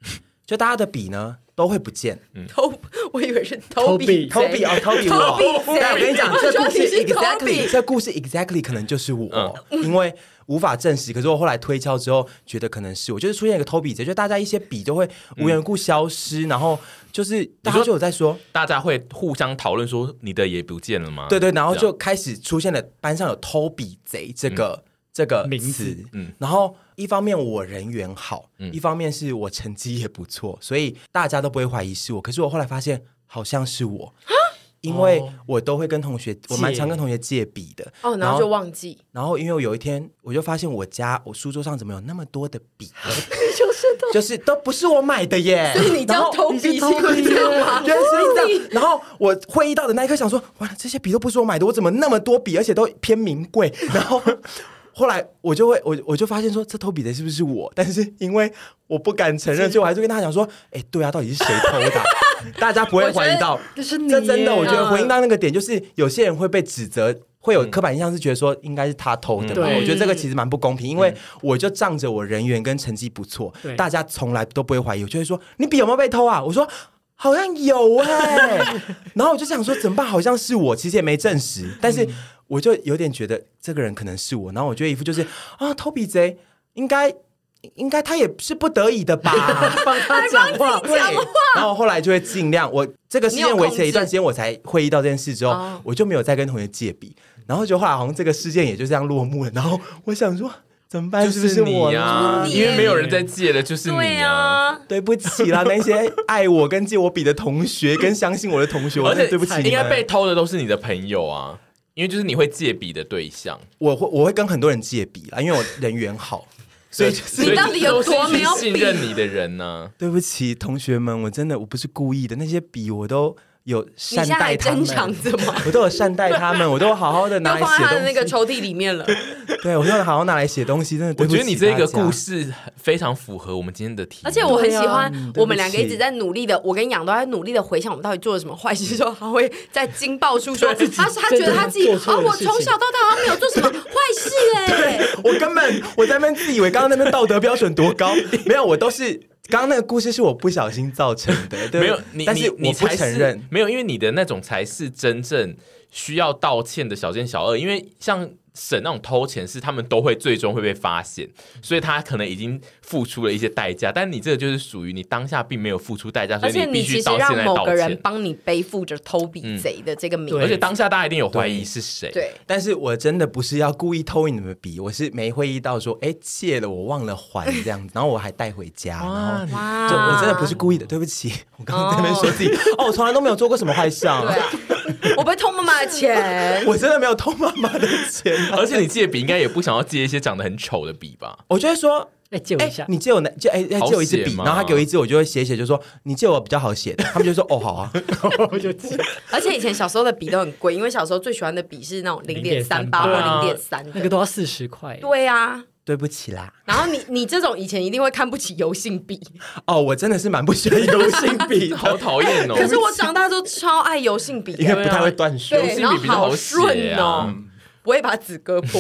Speaker 4: 就大家的笔呢都会不见，
Speaker 3: 偷，我以为是
Speaker 2: 偷
Speaker 3: 笔贼，
Speaker 2: 笔
Speaker 4: 偷笔哦，偷笔
Speaker 3: 偷
Speaker 4: 我。
Speaker 3: 笔贼
Speaker 4: 但我跟你讲，这故事
Speaker 3: 我说你是偷
Speaker 4: exactly，
Speaker 3: 笔
Speaker 4: 这故事 exactly 可能就是我，因为无法证实。可是我后来推敲之后，觉得可能是我，就是出现一个偷笔贼，就大家一些笔就会无缘无故消失，然后就是大家就有在说。
Speaker 1: 大家会互相讨论说你的也不见了吗？
Speaker 4: 对对，然后
Speaker 1: 这样
Speaker 4: 就开始出现了班上有偷笔贼这个、这个
Speaker 2: 名
Speaker 4: 词
Speaker 2: 字
Speaker 1: 嗯
Speaker 4: 然后一方面我人缘好，一方面是我成绩也不错，所以大家都不会怀疑是我。可是我后来发现好像是我。
Speaker 1: 啊
Speaker 4: 因为
Speaker 2: 哦
Speaker 4: 我都会跟同学，我蛮常跟同学借笔的。
Speaker 3: 哦，然后就忘记，
Speaker 4: 然后因为我有一天，我就发现我家我书桌上怎么有那么多的笔，
Speaker 3: 就是的。
Speaker 4: 就是 都不是我买的耶。
Speaker 3: 所以你
Speaker 4: 然
Speaker 3: 叫
Speaker 4: 后
Speaker 3: 偷
Speaker 2: 你
Speaker 3: 笔，
Speaker 2: 是偷
Speaker 3: 是
Speaker 2: 笔
Speaker 3: 这样吗？
Speaker 4: 原来是这样。然后我会议到的那一刻，想说，完了，这些笔都不是我买的，我怎么那么多笔，而且都偏名贵？ 然后后来我就会，我我就发现说，这偷笔的是不是我？但是因为我不敢承认，所以我还是跟他讲说，哎，对啊，到底是谁偷的啊？ 大家不会怀疑到，
Speaker 2: 这是你
Speaker 4: 这真
Speaker 2: 耶
Speaker 4: 的，我觉得回应到那个点，就是有些人会被指责。会有刻板印象是觉得说应该是他偷的嘛？
Speaker 2: 嗯
Speaker 4: 我觉得这个其实蛮不公平，因为我就仗着我人缘跟成绩不错
Speaker 2: 对，
Speaker 4: 大家从来都不会怀疑，我就会说你笔有没有被偷啊？我说好像有 哎、然后我就想说怎么办？好像是我，其实也没证实，
Speaker 2: 嗯
Speaker 4: 但是我就有点觉得这个人可能是我，然后我觉得一副就是啊偷笔贼应该应该他也是不得已 的吧？
Speaker 2: 帮他讲话，
Speaker 4: 对，然后后来就会尽量，我这个事
Speaker 3: 你有
Speaker 4: 件
Speaker 3: 控
Speaker 4: 维持了一段时间，我才会意到这件事之后，
Speaker 3: 哦
Speaker 4: 我就没有再跟同学借笔。然后就后来好像这个事件也就这样落幕了。然后我想说，怎
Speaker 3: 哎
Speaker 4: 么办？
Speaker 1: 就是
Speaker 4: 不是我
Speaker 1: 你啊，
Speaker 4: 啦？
Speaker 3: 就是你
Speaker 1: 因为没有人在借了，就是
Speaker 3: 对
Speaker 1: 你啊。，
Speaker 4: 对不起啦，那些爱我跟借我笔的同学，跟相信我的同学，
Speaker 3: 啊
Speaker 4: 我
Speaker 1: 而且
Speaker 4: 真的对不起你们。
Speaker 1: 应该被偷的都是你的朋友啊，因为就是你会借笔的对象。
Speaker 4: 我会我会跟很多人借笔啦，因为我人缘好，所以就是
Speaker 1: 所以
Speaker 3: 你到底有多没有
Speaker 1: 都是一群信
Speaker 3: 笔
Speaker 1: 任你的人呢、
Speaker 4: 对不起同学们，我真的我不是故意的，那些笔我都有
Speaker 3: 你
Speaker 4: 善
Speaker 3: 现在
Speaker 4: 待
Speaker 3: 还
Speaker 4: 他
Speaker 3: 珍藏
Speaker 4: 们。
Speaker 3: 着吗？
Speaker 4: 我都有善待他们，我都有好好的
Speaker 3: 都
Speaker 4: 拿来
Speaker 3: 放在他的那
Speaker 4: 写
Speaker 3: 个
Speaker 4: 东西。
Speaker 3: 抽屉里面了。
Speaker 4: 对，我都有好好拿来写东西，真的
Speaker 1: 我
Speaker 4: 对不
Speaker 1: 觉
Speaker 4: 起
Speaker 1: 得你这个
Speaker 4: 大家
Speaker 1: 故，事非常符合我们今天的题目，
Speaker 3: 而且我很喜欢
Speaker 4: 对啊嗯
Speaker 3: 我们两个
Speaker 4: 对
Speaker 3: 一
Speaker 4: 不起
Speaker 3: 直在努力的，我跟杨都在努力的回想我们到底做了什么坏事，之后他会在惊爆出说，
Speaker 4: 啊
Speaker 3: 他他觉得他自己
Speaker 2: 真的做错
Speaker 3: 哦，
Speaker 2: 了
Speaker 3: 我
Speaker 2: 事情
Speaker 3: 从小到大好像没有做什么坏事 哎、
Speaker 4: 我根本我在那边自以为刚刚那边道德标准多高，没有，我都是刚刚那个故事是我不小心造成的，对
Speaker 1: 没有你，
Speaker 4: 但是
Speaker 1: 你
Speaker 4: 我
Speaker 1: 你
Speaker 4: 不
Speaker 1: 才
Speaker 4: 承
Speaker 1: 是
Speaker 4: 认。
Speaker 1: 没有，因为你的那种才是真正需要道歉的小奸小恶，因为像。沈那种偷钱是他们都会最终会被发现，所以他可能已经付出了一些代价，但你这个就是属于你当下并没有付出代价，所
Speaker 3: 而
Speaker 1: 以
Speaker 3: 且
Speaker 1: 必
Speaker 3: 你
Speaker 1: 须
Speaker 3: 其实
Speaker 1: 到现
Speaker 3: 让
Speaker 1: 在
Speaker 3: 某
Speaker 1: 道
Speaker 3: 个人
Speaker 1: 歉。
Speaker 3: 帮你背负着偷笔贼的这个名
Speaker 2: 嗯
Speaker 1: 而且
Speaker 3: 义，
Speaker 1: 当下大家一定有怀疑是谁，
Speaker 3: 对，
Speaker 4: 但是我真的不是要故意偷你们的笔，我是没会意到说，哎，借了我忘了还这样子，然后我还带回家，然后
Speaker 1: 哇，
Speaker 3: 哇
Speaker 4: 就我真的不是故意的，对不起， 我刚刚在那边说自己，哦，我从来都没有做过什么坏事啊，
Speaker 3: 对啊，我被偷妈妈的钱，
Speaker 4: 我真的没有偷妈妈的钱啊、
Speaker 1: 而且你借笔应该也不想要借一些长得很丑的笔吧？
Speaker 4: 我就会说，
Speaker 2: 哎，借我
Speaker 4: 哎、
Speaker 2: 一下。
Speaker 4: 你借我那借哎、哎
Speaker 1: 好
Speaker 4: 借我一支
Speaker 1: 写
Speaker 4: 笔，
Speaker 1: 吗
Speaker 4: 然后他给我一支，我就会写一写，就说你借我比较好写的，他们就说哦好啊，
Speaker 2: 我就记
Speaker 3: 而且以前小时候的笔都很贵，因为小时候最喜欢的笔是那种零点三八
Speaker 2: 0.38
Speaker 3: 或零点三
Speaker 2: 那个
Speaker 3: 的，
Speaker 2: 都要四十块，
Speaker 3: 对啊。
Speaker 4: 对不起啦。
Speaker 3: 然后你你这种以前一定会看不起油性笔，
Speaker 4: 哦，我真的是蛮不喜欢油性 笔
Speaker 1: 好
Speaker 4: 的，
Speaker 1: 讨厌 哦！
Speaker 3: 可是我长大都超爱油性笔的，
Speaker 4: 因为不太会断书。
Speaker 3: 对，
Speaker 1: 性
Speaker 3: 然后
Speaker 1: 笔比较好写啊
Speaker 3: 顺哦，不会把纸 割破。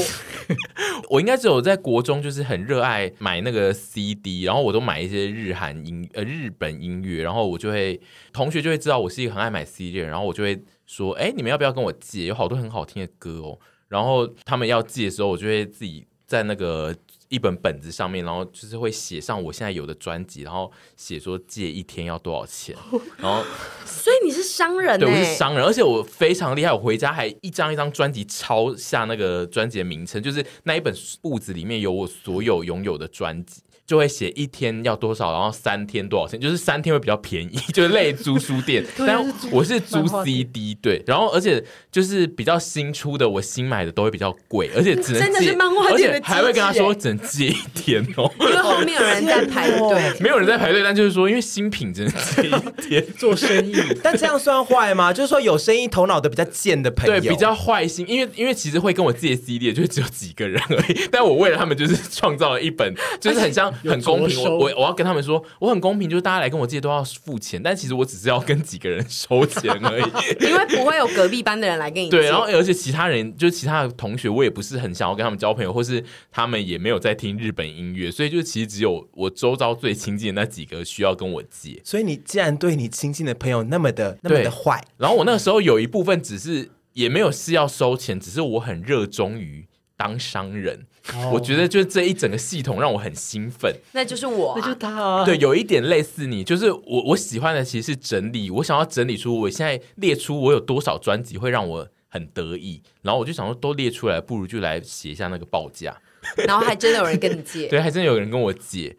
Speaker 1: 我应该只有在国中就是很热爱买那个 CD，然后我都买一些日韩音呃日本音乐，然后我就会同学就会知道我是一个很爱买 CD 的人，然后我就会说，哎，你们要不要跟我借？有好多很好听的歌哦。然后他们要借的时候，我就会自己在那个。一本本子上面，然后就是会写上我现在有的专辑，然后写说借一天要多少钱，然后
Speaker 3: 所以你是商人欸
Speaker 1: 对，我是
Speaker 3: 呢？
Speaker 1: 商人，而且我非常厉害，我回家还一张一张专辑抄下那个专辑的名称，就是那一本簿子里面有我所有拥有的专辑。就会写一天要多少，然后三天多少钱，就是三天会比较便宜， 就是类租书 店。
Speaker 2: 对
Speaker 1: 但
Speaker 2: 是租
Speaker 1: 我是租
Speaker 2: 漫画店
Speaker 1: CD，对，然后而且就是比较新出的，我新买的都会比较贵，而且只能
Speaker 3: 真的
Speaker 1: 借
Speaker 3: 是漫画
Speaker 1: 而
Speaker 3: 店
Speaker 1: 且
Speaker 3: 的
Speaker 1: 还会跟他
Speaker 3: 机制
Speaker 1: 说
Speaker 3: 欸
Speaker 1: 只能借一天哦，
Speaker 3: 因为后面有人在排队，
Speaker 1: 没有人在排队，但就是说因为新品只能借一天，
Speaker 2: 做生 意，
Speaker 4: 但这样算坏吗？就是说有生意头脑的比较贱的朋友，
Speaker 1: 对，比较坏心，因为因为其实会跟我借 CD 的就只有几个人而已，但我为了他们就是创造了一 本，就是很像
Speaker 2: 有
Speaker 1: 很公平，
Speaker 2: 着
Speaker 1: 我
Speaker 2: 收
Speaker 1: 我我要跟他们说我很公平，就是大家来跟我借都要付钱，但其实我只是要跟几个人收钱而 已。
Speaker 3: 因为不会有隔壁班的人来跟你
Speaker 1: 对，
Speaker 3: 借
Speaker 1: 然后而且其他人就是其他的同学，我也不是很想要跟他们交朋友，或是他们也没有在听日本音乐，所以就其实只有我周遭最亲近的那几个需要跟我借。
Speaker 4: 所以你既然对你亲近的朋友那么的那么
Speaker 1: 对
Speaker 4: 的坏，
Speaker 1: 然后我那个时候有一部分只是也没有是要收钱，只是我很热衷于当商人。
Speaker 2: 哦
Speaker 1: 我觉得就是这一整个系统让我很兴奋。
Speaker 3: 那就是我
Speaker 2: 那
Speaker 3: 啊
Speaker 2: 就他啊
Speaker 1: 对，，有一点类似你，就是我我喜欢的其实是整理，我想要整理出我现在列出我有多少专辑会让我很得意，然后我就想说都列出来，不如就来写一下那个报价。
Speaker 3: 然后还真的有人跟你借。
Speaker 1: 对，啊还真有人跟我借，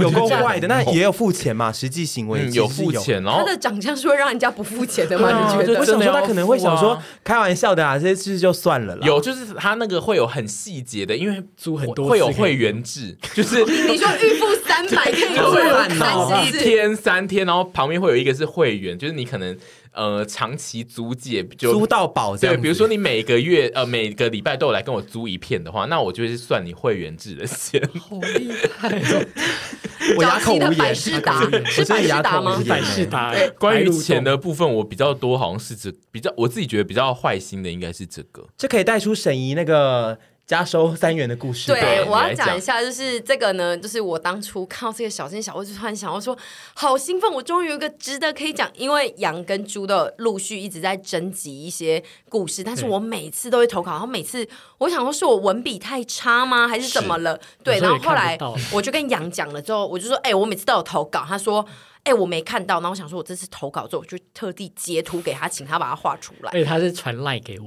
Speaker 4: 有够坏的。那也有付钱嘛，实际行为
Speaker 1: 嗯，
Speaker 4: 其实
Speaker 1: 有
Speaker 4: 是
Speaker 1: 付。钱，然
Speaker 3: 他
Speaker 1: 后
Speaker 3: 的长相是会让人家不付钱的
Speaker 1: 对啊
Speaker 3: 吗？你觉
Speaker 1: 就
Speaker 4: 嗯我
Speaker 3: 得？
Speaker 4: 想
Speaker 1: 真的
Speaker 4: 说
Speaker 1: 要
Speaker 4: 他可能会想
Speaker 1: 付
Speaker 4: 说
Speaker 1: 啊
Speaker 4: 开玩笑的啊，这些事就算了啦。
Speaker 1: 有就是他那个会有很细节的，因为
Speaker 2: 租很多
Speaker 1: 会有
Speaker 2: 次可以
Speaker 1: 会员制，就是
Speaker 3: 你说预付三百可 以
Speaker 1: 就是
Speaker 3: 做
Speaker 2: 好
Speaker 3: 三
Speaker 1: 一
Speaker 3: 十次，
Speaker 1: 天三天，然后旁边会有一个是会员，就是你可能呃长期租借就
Speaker 4: 租到宝这样
Speaker 1: 对，
Speaker 4: 子，
Speaker 1: 比如说你每个月呃每个礼拜都有来跟我租一片的话，那我就是算你会员制的 钱。
Speaker 2: 好厉害，啊
Speaker 4: 我
Speaker 3: 早
Speaker 4: 哑口
Speaker 3: 期
Speaker 4: 无
Speaker 3: 的
Speaker 4: 言，
Speaker 3: 百事达
Speaker 4: 我真的
Speaker 3: 是百事达
Speaker 4: 哑口无
Speaker 3: 吗
Speaker 4: 言
Speaker 2: 百事达
Speaker 4: 哎
Speaker 3: 对，
Speaker 1: 关于
Speaker 2: 白鹿洞
Speaker 1: 钱的部分，我比较多好像是指比较我自己觉得比较坏心的应该是这个，
Speaker 4: 这可以带出沈怡那个加收三元的故事吧。
Speaker 1: 对
Speaker 3: 对，我
Speaker 1: 你
Speaker 3: 要
Speaker 1: 来
Speaker 3: 讲
Speaker 1: 讲
Speaker 3: 一下，就是这个呢，就是我当初看到这个小奸小恶，就突然想要说，好兴奋，我终于有一个值得可以讲，因为羊跟猪的陆续一直在征集一些故事，但是
Speaker 2: 对
Speaker 3: 我每次都会投稿，然后每次我想说是我文笔太差吗，还是怎么了？对，
Speaker 2: 有时
Speaker 3: 然
Speaker 2: 候
Speaker 3: 后
Speaker 2: 也
Speaker 3: 后来
Speaker 2: 看不到
Speaker 3: 我就跟羊讲了之后，我就说，哎、我每次都有投稿，他说。哎、我没看到，然后我想说，我这次投稿之后，我就特地截图给他，请他把它画出来
Speaker 2: 而。哎且他是传赖给我，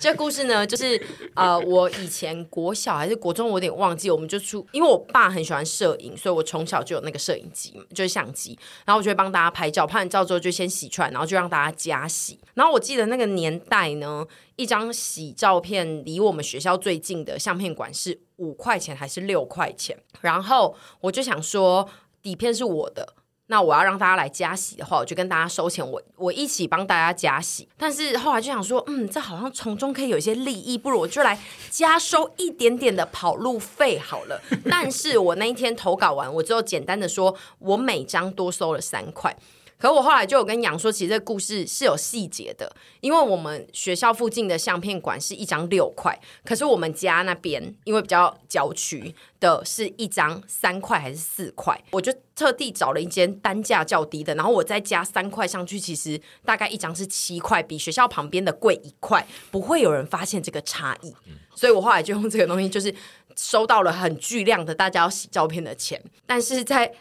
Speaker 3: 这故事呢，就是呃，我以前国小还是国中，我有点忘记，我们就出，因为我爸很喜欢摄影，所以我从小就有那个摄影机，就是相机，然后我就会帮大家拍照，拍完照之后就先洗出来，然后就让大家加洗。然后我记得那个年代呢，一张洗照片离我们学校最近的相片馆是五块钱还是六块钱，然后我就想说底片是我的。那我要让大家来加洗的话，我就跟大家收钱，我我一起帮大家加洗。但是后来就想说，嗯，这好像从中可以有一些利益，不如我就来加收一点点的跑路费好了。但是我那一天投稿完，我只有简单的说我每张多收了三块。可我后来就有跟杨说，其实这个故事是有细节的，因为我们学校附近的相片馆是一张六块，可是我们家那边因为比较郊区的是一张三块还是四块，我就特地找了一间单价较低的，然后我再加三块上去，其实大概一张是七块，比学校旁边的贵一块，不会有人发现这个差异，所以我后来就用这个东西，就是收到了很巨量的大家要洗照片的钱，但是在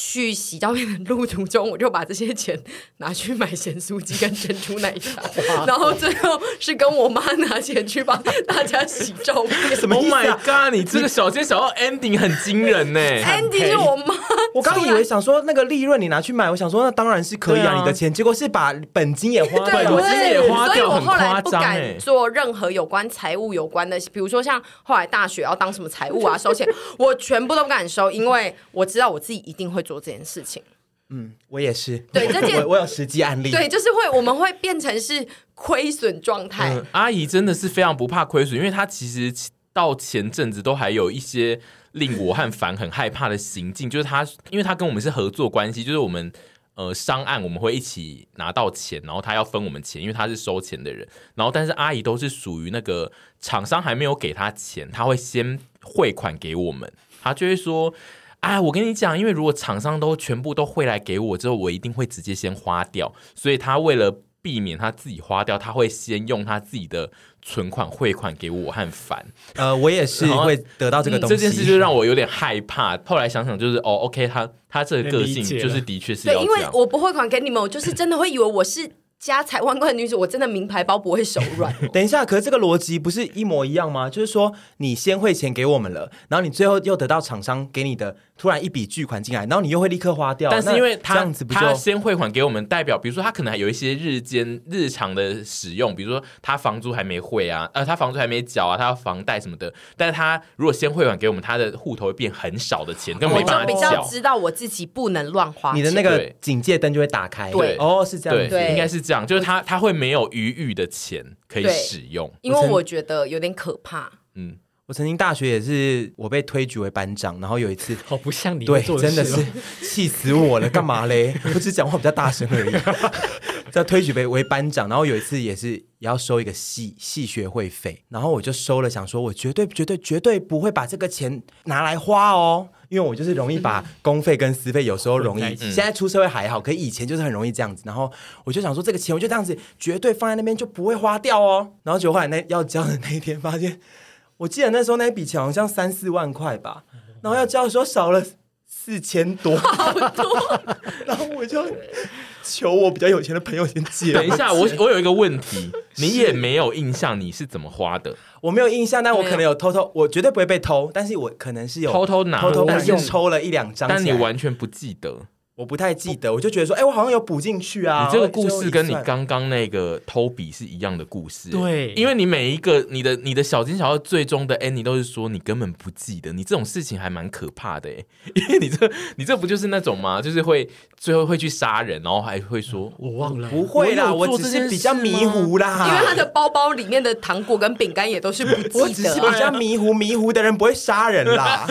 Speaker 3: 去洗照片的路途中，我就把这些钱拿去买咸酥鸡跟珍珠 奶茶，然后最后是跟我妈拿钱去帮大家洗照片。什
Speaker 1: Oh
Speaker 4: 啊
Speaker 1: my god！你这个小奸小恶 ending 很惊人 呢、
Speaker 3: Andy 是我妈，
Speaker 4: 我刚以为想说那个利润你拿去买，我想说那当然是可以
Speaker 1: 对啊
Speaker 4: 啊，你的钱，结果是把本金也花
Speaker 3: 对，
Speaker 1: 本
Speaker 3: 我
Speaker 1: 我
Speaker 4: 了
Speaker 1: 金。
Speaker 3: 是
Speaker 1: 也花
Speaker 3: 所以
Speaker 1: 掉
Speaker 3: 我
Speaker 1: 很
Speaker 3: 后来
Speaker 1: 夸
Speaker 3: 不
Speaker 1: 张
Speaker 3: 敢
Speaker 1: 欸
Speaker 3: 做任何有关财务有关的，比如说像后来大学要当什么财务啊、收钱，我全部都不敢收，因为我知道我自己一定会做这件事情。
Speaker 4: 嗯，我也是。
Speaker 3: 对这件
Speaker 4: 我我有实际案例。
Speaker 3: 对，，就是会我们会变成是亏损状态。
Speaker 1: 嗯，阿姨真的是非常不怕亏损，因为她其实到前阵子都还有一些令我和凡很害怕的行径，就是她，因为她跟我们是合作关系，就是我们。呃，商案我们会一起拿到钱，然后她要分我们钱，因为她是收钱的人。然后，但是阿姨都是属于那个厂商还没有给她钱，她会先汇款给我们，她就会说：“哎，我跟你讲，因为如果厂商都全部都汇来给我之后，我一定会直接先花掉，所以他为了避免他自己花掉，他会先用他自己的存款汇款给我和凡。
Speaker 4: 呃，我也是会得啊到这个东西。
Speaker 1: 啊嗯这件事就让我有点害怕。后来想想，就是哦，OK，他他这个个性
Speaker 2: 理解了
Speaker 1: 就是的确是
Speaker 3: 对，
Speaker 1: 要
Speaker 4: 啊
Speaker 3: 因
Speaker 1: 这
Speaker 3: 为
Speaker 1: 样。
Speaker 3: 我不汇款给你们，我就是真的会以为我是家财万贯的女子，我真的名牌包不会手 软。
Speaker 4: 等一下，可是这个逻辑不是一模一样吗？就是说，你先汇钱给我们了，然后你最后又得到厂商给你的突然一笔巨款进来，然后你又会立刻花掉。
Speaker 1: 但是
Speaker 4: 那
Speaker 1: 因为
Speaker 4: 这
Speaker 1: 他
Speaker 4: 样子不就
Speaker 1: 他先汇款给我们，代表比如说他可能还有一些日间日常的使用，比如说他房租还没汇啊，呃，他房租还没缴啊，他要房贷什么的。但是他如果先汇款给我们，他的户头会变很少的钱，根本
Speaker 3: 我
Speaker 1: 没办
Speaker 3: 哦
Speaker 1: 法
Speaker 3: 就比
Speaker 1: 缴
Speaker 3: 较。知道我自己不能乱花
Speaker 4: 你的
Speaker 3: 钱。
Speaker 4: 那个
Speaker 1: 对
Speaker 4: 警戒灯就会打开。
Speaker 1: 对
Speaker 4: 哦，是这样子。
Speaker 1: 对，
Speaker 3: 对
Speaker 1: 应该是这样，就是他他会没有余裕的钱可以
Speaker 3: 对
Speaker 1: 使用，
Speaker 3: 因为我觉得有点可怕。
Speaker 1: 嗯，
Speaker 4: 我曾经大学也是，我被推举为班长，然后有一次。
Speaker 2: 好哦不像你
Speaker 4: 对，
Speaker 2: 会做
Speaker 4: 真的
Speaker 2: 事
Speaker 4: 是
Speaker 2: 哦
Speaker 4: 气死我了！干嘛嘞？ 我只讲话比较大声而已。 在推举为为班长，然后有一次也是也要收一个系系学会费，然后我就收了，想说我绝对绝对绝对不会把这个钱拿来花哦，因为我就是容易把公费跟私费有时候容易
Speaker 2: 混在一，
Speaker 4: 现在出社会还好，可以前就是很容易这样子。然后我就想说这个钱我就这样子绝对放在那边就不会花掉哦。然后结果后来那要交的那一天发现，我记得那时候那一笔钱好像三四万块吧，
Speaker 1: 嗯
Speaker 4: 然后要交的时候少了四千多，好多， 然后我就求我比较有钱的朋友先借我。
Speaker 1: 等一下，我我有一个问题，你也没有印象你是怎么花的，
Speaker 4: 我没有印象，但我可能有偷偷，我绝对不会被偷，但是我可能是有
Speaker 1: 偷偷拿
Speaker 4: 偷偷
Speaker 1: 但
Speaker 4: 但
Speaker 1: 是
Speaker 4: 是抽了一两张起来，
Speaker 1: 但你完全不记得。
Speaker 4: 我不太记得，我就觉得说，哎、我好像有补进去啊。
Speaker 1: 你这个故
Speaker 4: 最后
Speaker 1: 事
Speaker 4: 一
Speaker 1: 跟你
Speaker 4: 算
Speaker 1: 刚刚那个偷笔是一样的故事，
Speaker 2: 对
Speaker 1: 因为你每一个你的你的小金小二最终的 ending 都是说你根本不记得，你这种事情还蛮可怕的哎， 因为你这你这不就是那种吗？就是会最后会去杀人，然后还会说
Speaker 4: 嗯
Speaker 2: 我忘了，
Speaker 4: 不会啦，
Speaker 1: 我
Speaker 4: 我
Speaker 1: 有做
Speaker 4: 只
Speaker 1: 这件
Speaker 4: 是比较
Speaker 1: 事
Speaker 4: 迷
Speaker 1: 吗
Speaker 4: 糊啦，
Speaker 3: 因为他的包包里面的糖果跟饼干也都是不
Speaker 4: 我
Speaker 3: 记
Speaker 4: 只
Speaker 3: 得
Speaker 4: 是比
Speaker 3: 啊、
Speaker 4: 较迷糊，迷糊的人不会杀人啦。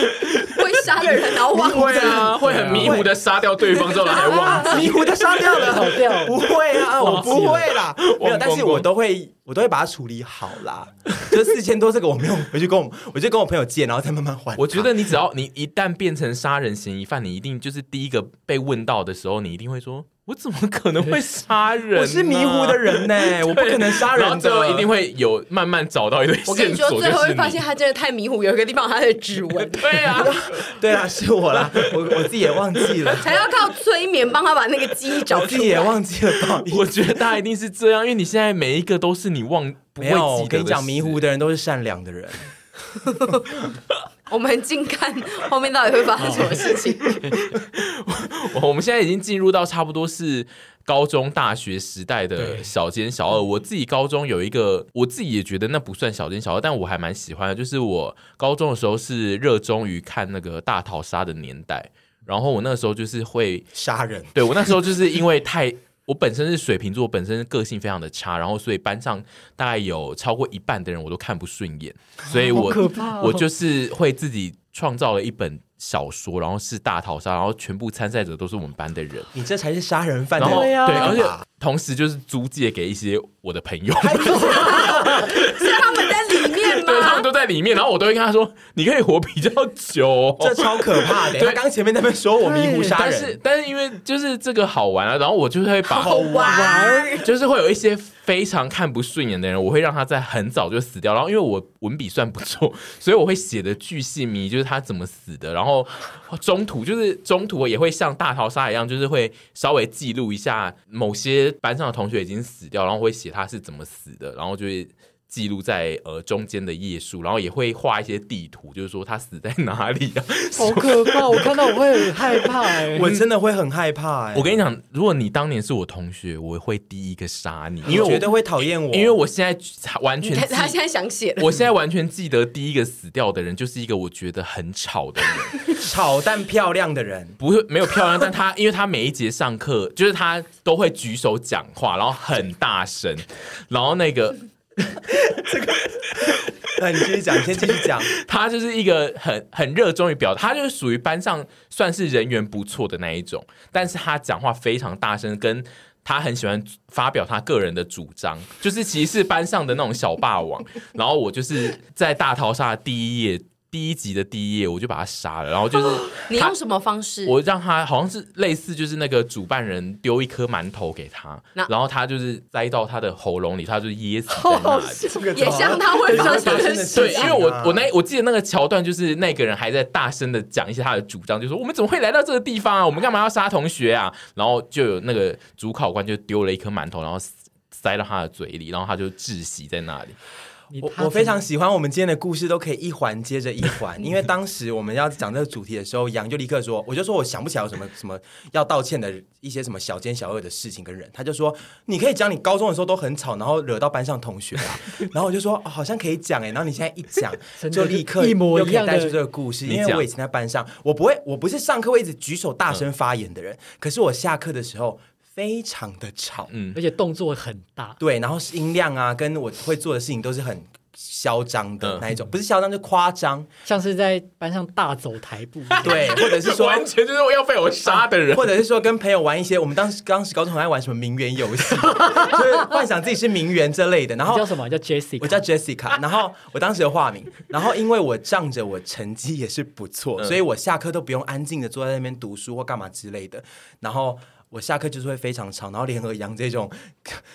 Speaker 3: 会杀的人然后忘
Speaker 1: 会啊，会很迷糊的杀掉对方之后然后还忘记。
Speaker 4: 迷糊的杀掉了，
Speaker 2: 跑掉了
Speaker 4: 不会啊，我不会啦， 没有，
Speaker 1: 忘光光
Speaker 4: 但是我都会，我都会把它处理好啦。 就四千多这个我没有回去跟我，我就跟我朋友借，然后再慢慢还他。啊
Speaker 1: 我觉得你只要你一旦变成杀人嫌疑犯，你一定就是第一个被问到的时候，你一定会说：“我怎么可能会杀人、啊
Speaker 4: 我是迷糊的。人 呢、我不可能杀
Speaker 1: 然后
Speaker 4: 人
Speaker 1: 最后
Speaker 4: 的，
Speaker 1: 一定会有慢慢找到一堆
Speaker 3: 我跟
Speaker 1: 线
Speaker 3: 你说，
Speaker 1: 索，就
Speaker 3: 最后
Speaker 1: 是
Speaker 3: 会发现
Speaker 1: 你。
Speaker 3: 他真的太迷糊，有一个地方有他的指 纹，
Speaker 1: 对啊，
Speaker 4: 对啦，是我啦，我我自己也忘记 了，
Speaker 3: 才要靠催眠帮他把那个记忆找
Speaker 4: 我自
Speaker 3: 出
Speaker 4: 己也
Speaker 3: 来。
Speaker 4: 忘记了，不好意 思。
Speaker 1: 我觉得他一定是这样，因为你现在每一个都是你忘不会
Speaker 4: 没有，我
Speaker 1: 记得
Speaker 4: 跟
Speaker 1: 的
Speaker 4: 你讲，迷糊
Speaker 1: 的。
Speaker 4: 的人都是善良的人。
Speaker 3: 我们近看后面到底会发生什么事情。
Speaker 1: 我我们现在已经进入到差不多是高中、大学时代的
Speaker 4: 对
Speaker 1: 小奸小恶。我自己高中有一个，我自己也觉得那不算小奸小恶，但我还蛮喜欢的。就是我高中的时候是热衷于看那个大逃杀的年代，然后我那时候就是会
Speaker 4: 杀人，
Speaker 1: 对我那时候就是因为太，我本身是水瓶座，本身个性非常的差，然后所以班上大概有超过一半的人我都看不顺眼，所以我、
Speaker 2: 好可怕哦
Speaker 1: 我就是会自己创造了一本小说，然后是大逃杀，然后全部参赛者都是我们班的人，
Speaker 4: 你这才是杀人犯的
Speaker 1: 然后
Speaker 2: 对啊
Speaker 1: 而且同时就是租借给一些我的朋友。
Speaker 3: 是他们在里 面
Speaker 1: 对，他们
Speaker 3: 吗？
Speaker 1: 都在里面，然后我都会跟他说：“你可以活比较久哦、
Speaker 4: 这超可怕的。
Speaker 1: 对
Speaker 4: 他刚前面那边说我迷糊杀
Speaker 1: 但是
Speaker 4: 人，
Speaker 1: 但是因为就是这个好玩啊，然后我就会把
Speaker 3: 好玩，
Speaker 1: 就是会有一些非常看不顺眼的人，我会让他在很早就死掉。然后因为我文笔算不错， 所以我会写的巨细靡遗，就是他怎么死的。然后中途就是中途我也会像大逃杀一样，就是会稍微记录一下某些班上的同学已经死掉，然后会写他是怎么死的，然后就会。记录在呃中间的页数，然后也会画一些地图，就是说他死在哪里啊。
Speaker 2: 好可怕！我看到我会很害怕哎。
Speaker 4: 我真的会很害怕、哎
Speaker 1: 我跟你讲，如果你当年是我同学，我会第一个杀你，
Speaker 4: 你
Speaker 1: 因为我
Speaker 4: 绝对会讨厌我，
Speaker 1: 因为我现在完全
Speaker 3: 他
Speaker 1: 记
Speaker 3: 他现在想写 的，
Speaker 1: 我现在完全记得第一个死掉的人就是一个我觉得很吵的人，
Speaker 4: 吵但漂亮的人，
Speaker 1: 不是没有漂亮，但他因为他每一节上课就是他都会举手讲话，然后很大声，然后那个
Speaker 4: 那呃你继续讲，你先继续讲。
Speaker 1: 他就是一个很很热衷于表达，他就是属于班上算是人缘不错的那一种，但是他讲话非常大声，跟他很喜欢发表他个人的主张，就是其实是班上的那种小霸王。然后我就是在大逃杀的第一页。第一集的第一页，我就把他杀了，然后就是
Speaker 3: 你
Speaker 1: 他
Speaker 3: 用什么方式？
Speaker 1: 我让他好像是类似，就是那个主办人丢一颗馒头给他，
Speaker 3: 那
Speaker 1: 然后他就是栽到他的喉咙里，他就噎死在那
Speaker 2: 好
Speaker 1: 里。
Speaker 3: 也像他会发生的事
Speaker 1: 对，因
Speaker 4: 是啊
Speaker 1: 为我我那我记得那个桥段，就是那个人还在大声的讲一些他的主张，就说我们怎么会来到这个地方啊？我们干嘛要杀同学啊？然后就有那个主考官就丢了一颗馒头，然后塞到他的嘴里，然后他就窒息在那里。
Speaker 2: 你
Speaker 4: 我
Speaker 2: 他
Speaker 4: 我非常喜欢我们今天的故事，都可以一环接着一 环。因为当时我们要讲这个主题的时候，杨就立刻说，我就说我想不起来有什么什么要道歉的一些什么小奸小恶的事情跟人，他就说你可以讲你高中的时候都很吵，然后惹到班上同学啊。然后我就说、哦、好像可以讲哎、然后你现在一讲
Speaker 2: 真的
Speaker 4: 就立刻
Speaker 2: 一模
Speaker 4: 又可
Speaker 2: 一样
Speaker 4: 以
Speaker 2: 的
Speaker 4: 带出这个故事，
Speaker 1: 你
Speaker 4: 因为
Speaker 1: 讲
Speaker 4: 我以前在班上，我不会我不是上课会一直举手大声发言的人，可是我下课的时候非常的吵，
Speaker 1: 嗯，
Speaker 2: 而且动作很大，
Speaker 4: 对，然后是音量啊，跟我会做的事情都是很嚣张的
Speaker 1: 嗯
Speaker 4: 那一种，不是嚣张就夸 张，
Speaker 2: 像是在班上大走台 步。
Speaker 4: 对，或者是说。
Speaker 1: 完全就是要被我杀的人。
Speaker 4: 或者是说跟朋友玩一些，我们当时当时高中很爱玩什么名媛游戏， 就是幻想自己是名媛这类的。然
Speaker 2: 你
Speaker 4: 后
Speaker 2: 叫什么？叫 Jessica。
Speaker 4: 我叫 Jessica，然后我当时有化名，然后因为我仗着我成绩也是不错，
Speaker 1: 嗯
Speaker 4: 所以我下课都不用安静的坐在那边读书或干嘛之类的，然后。我下课就是会非常长，然后联合杨这种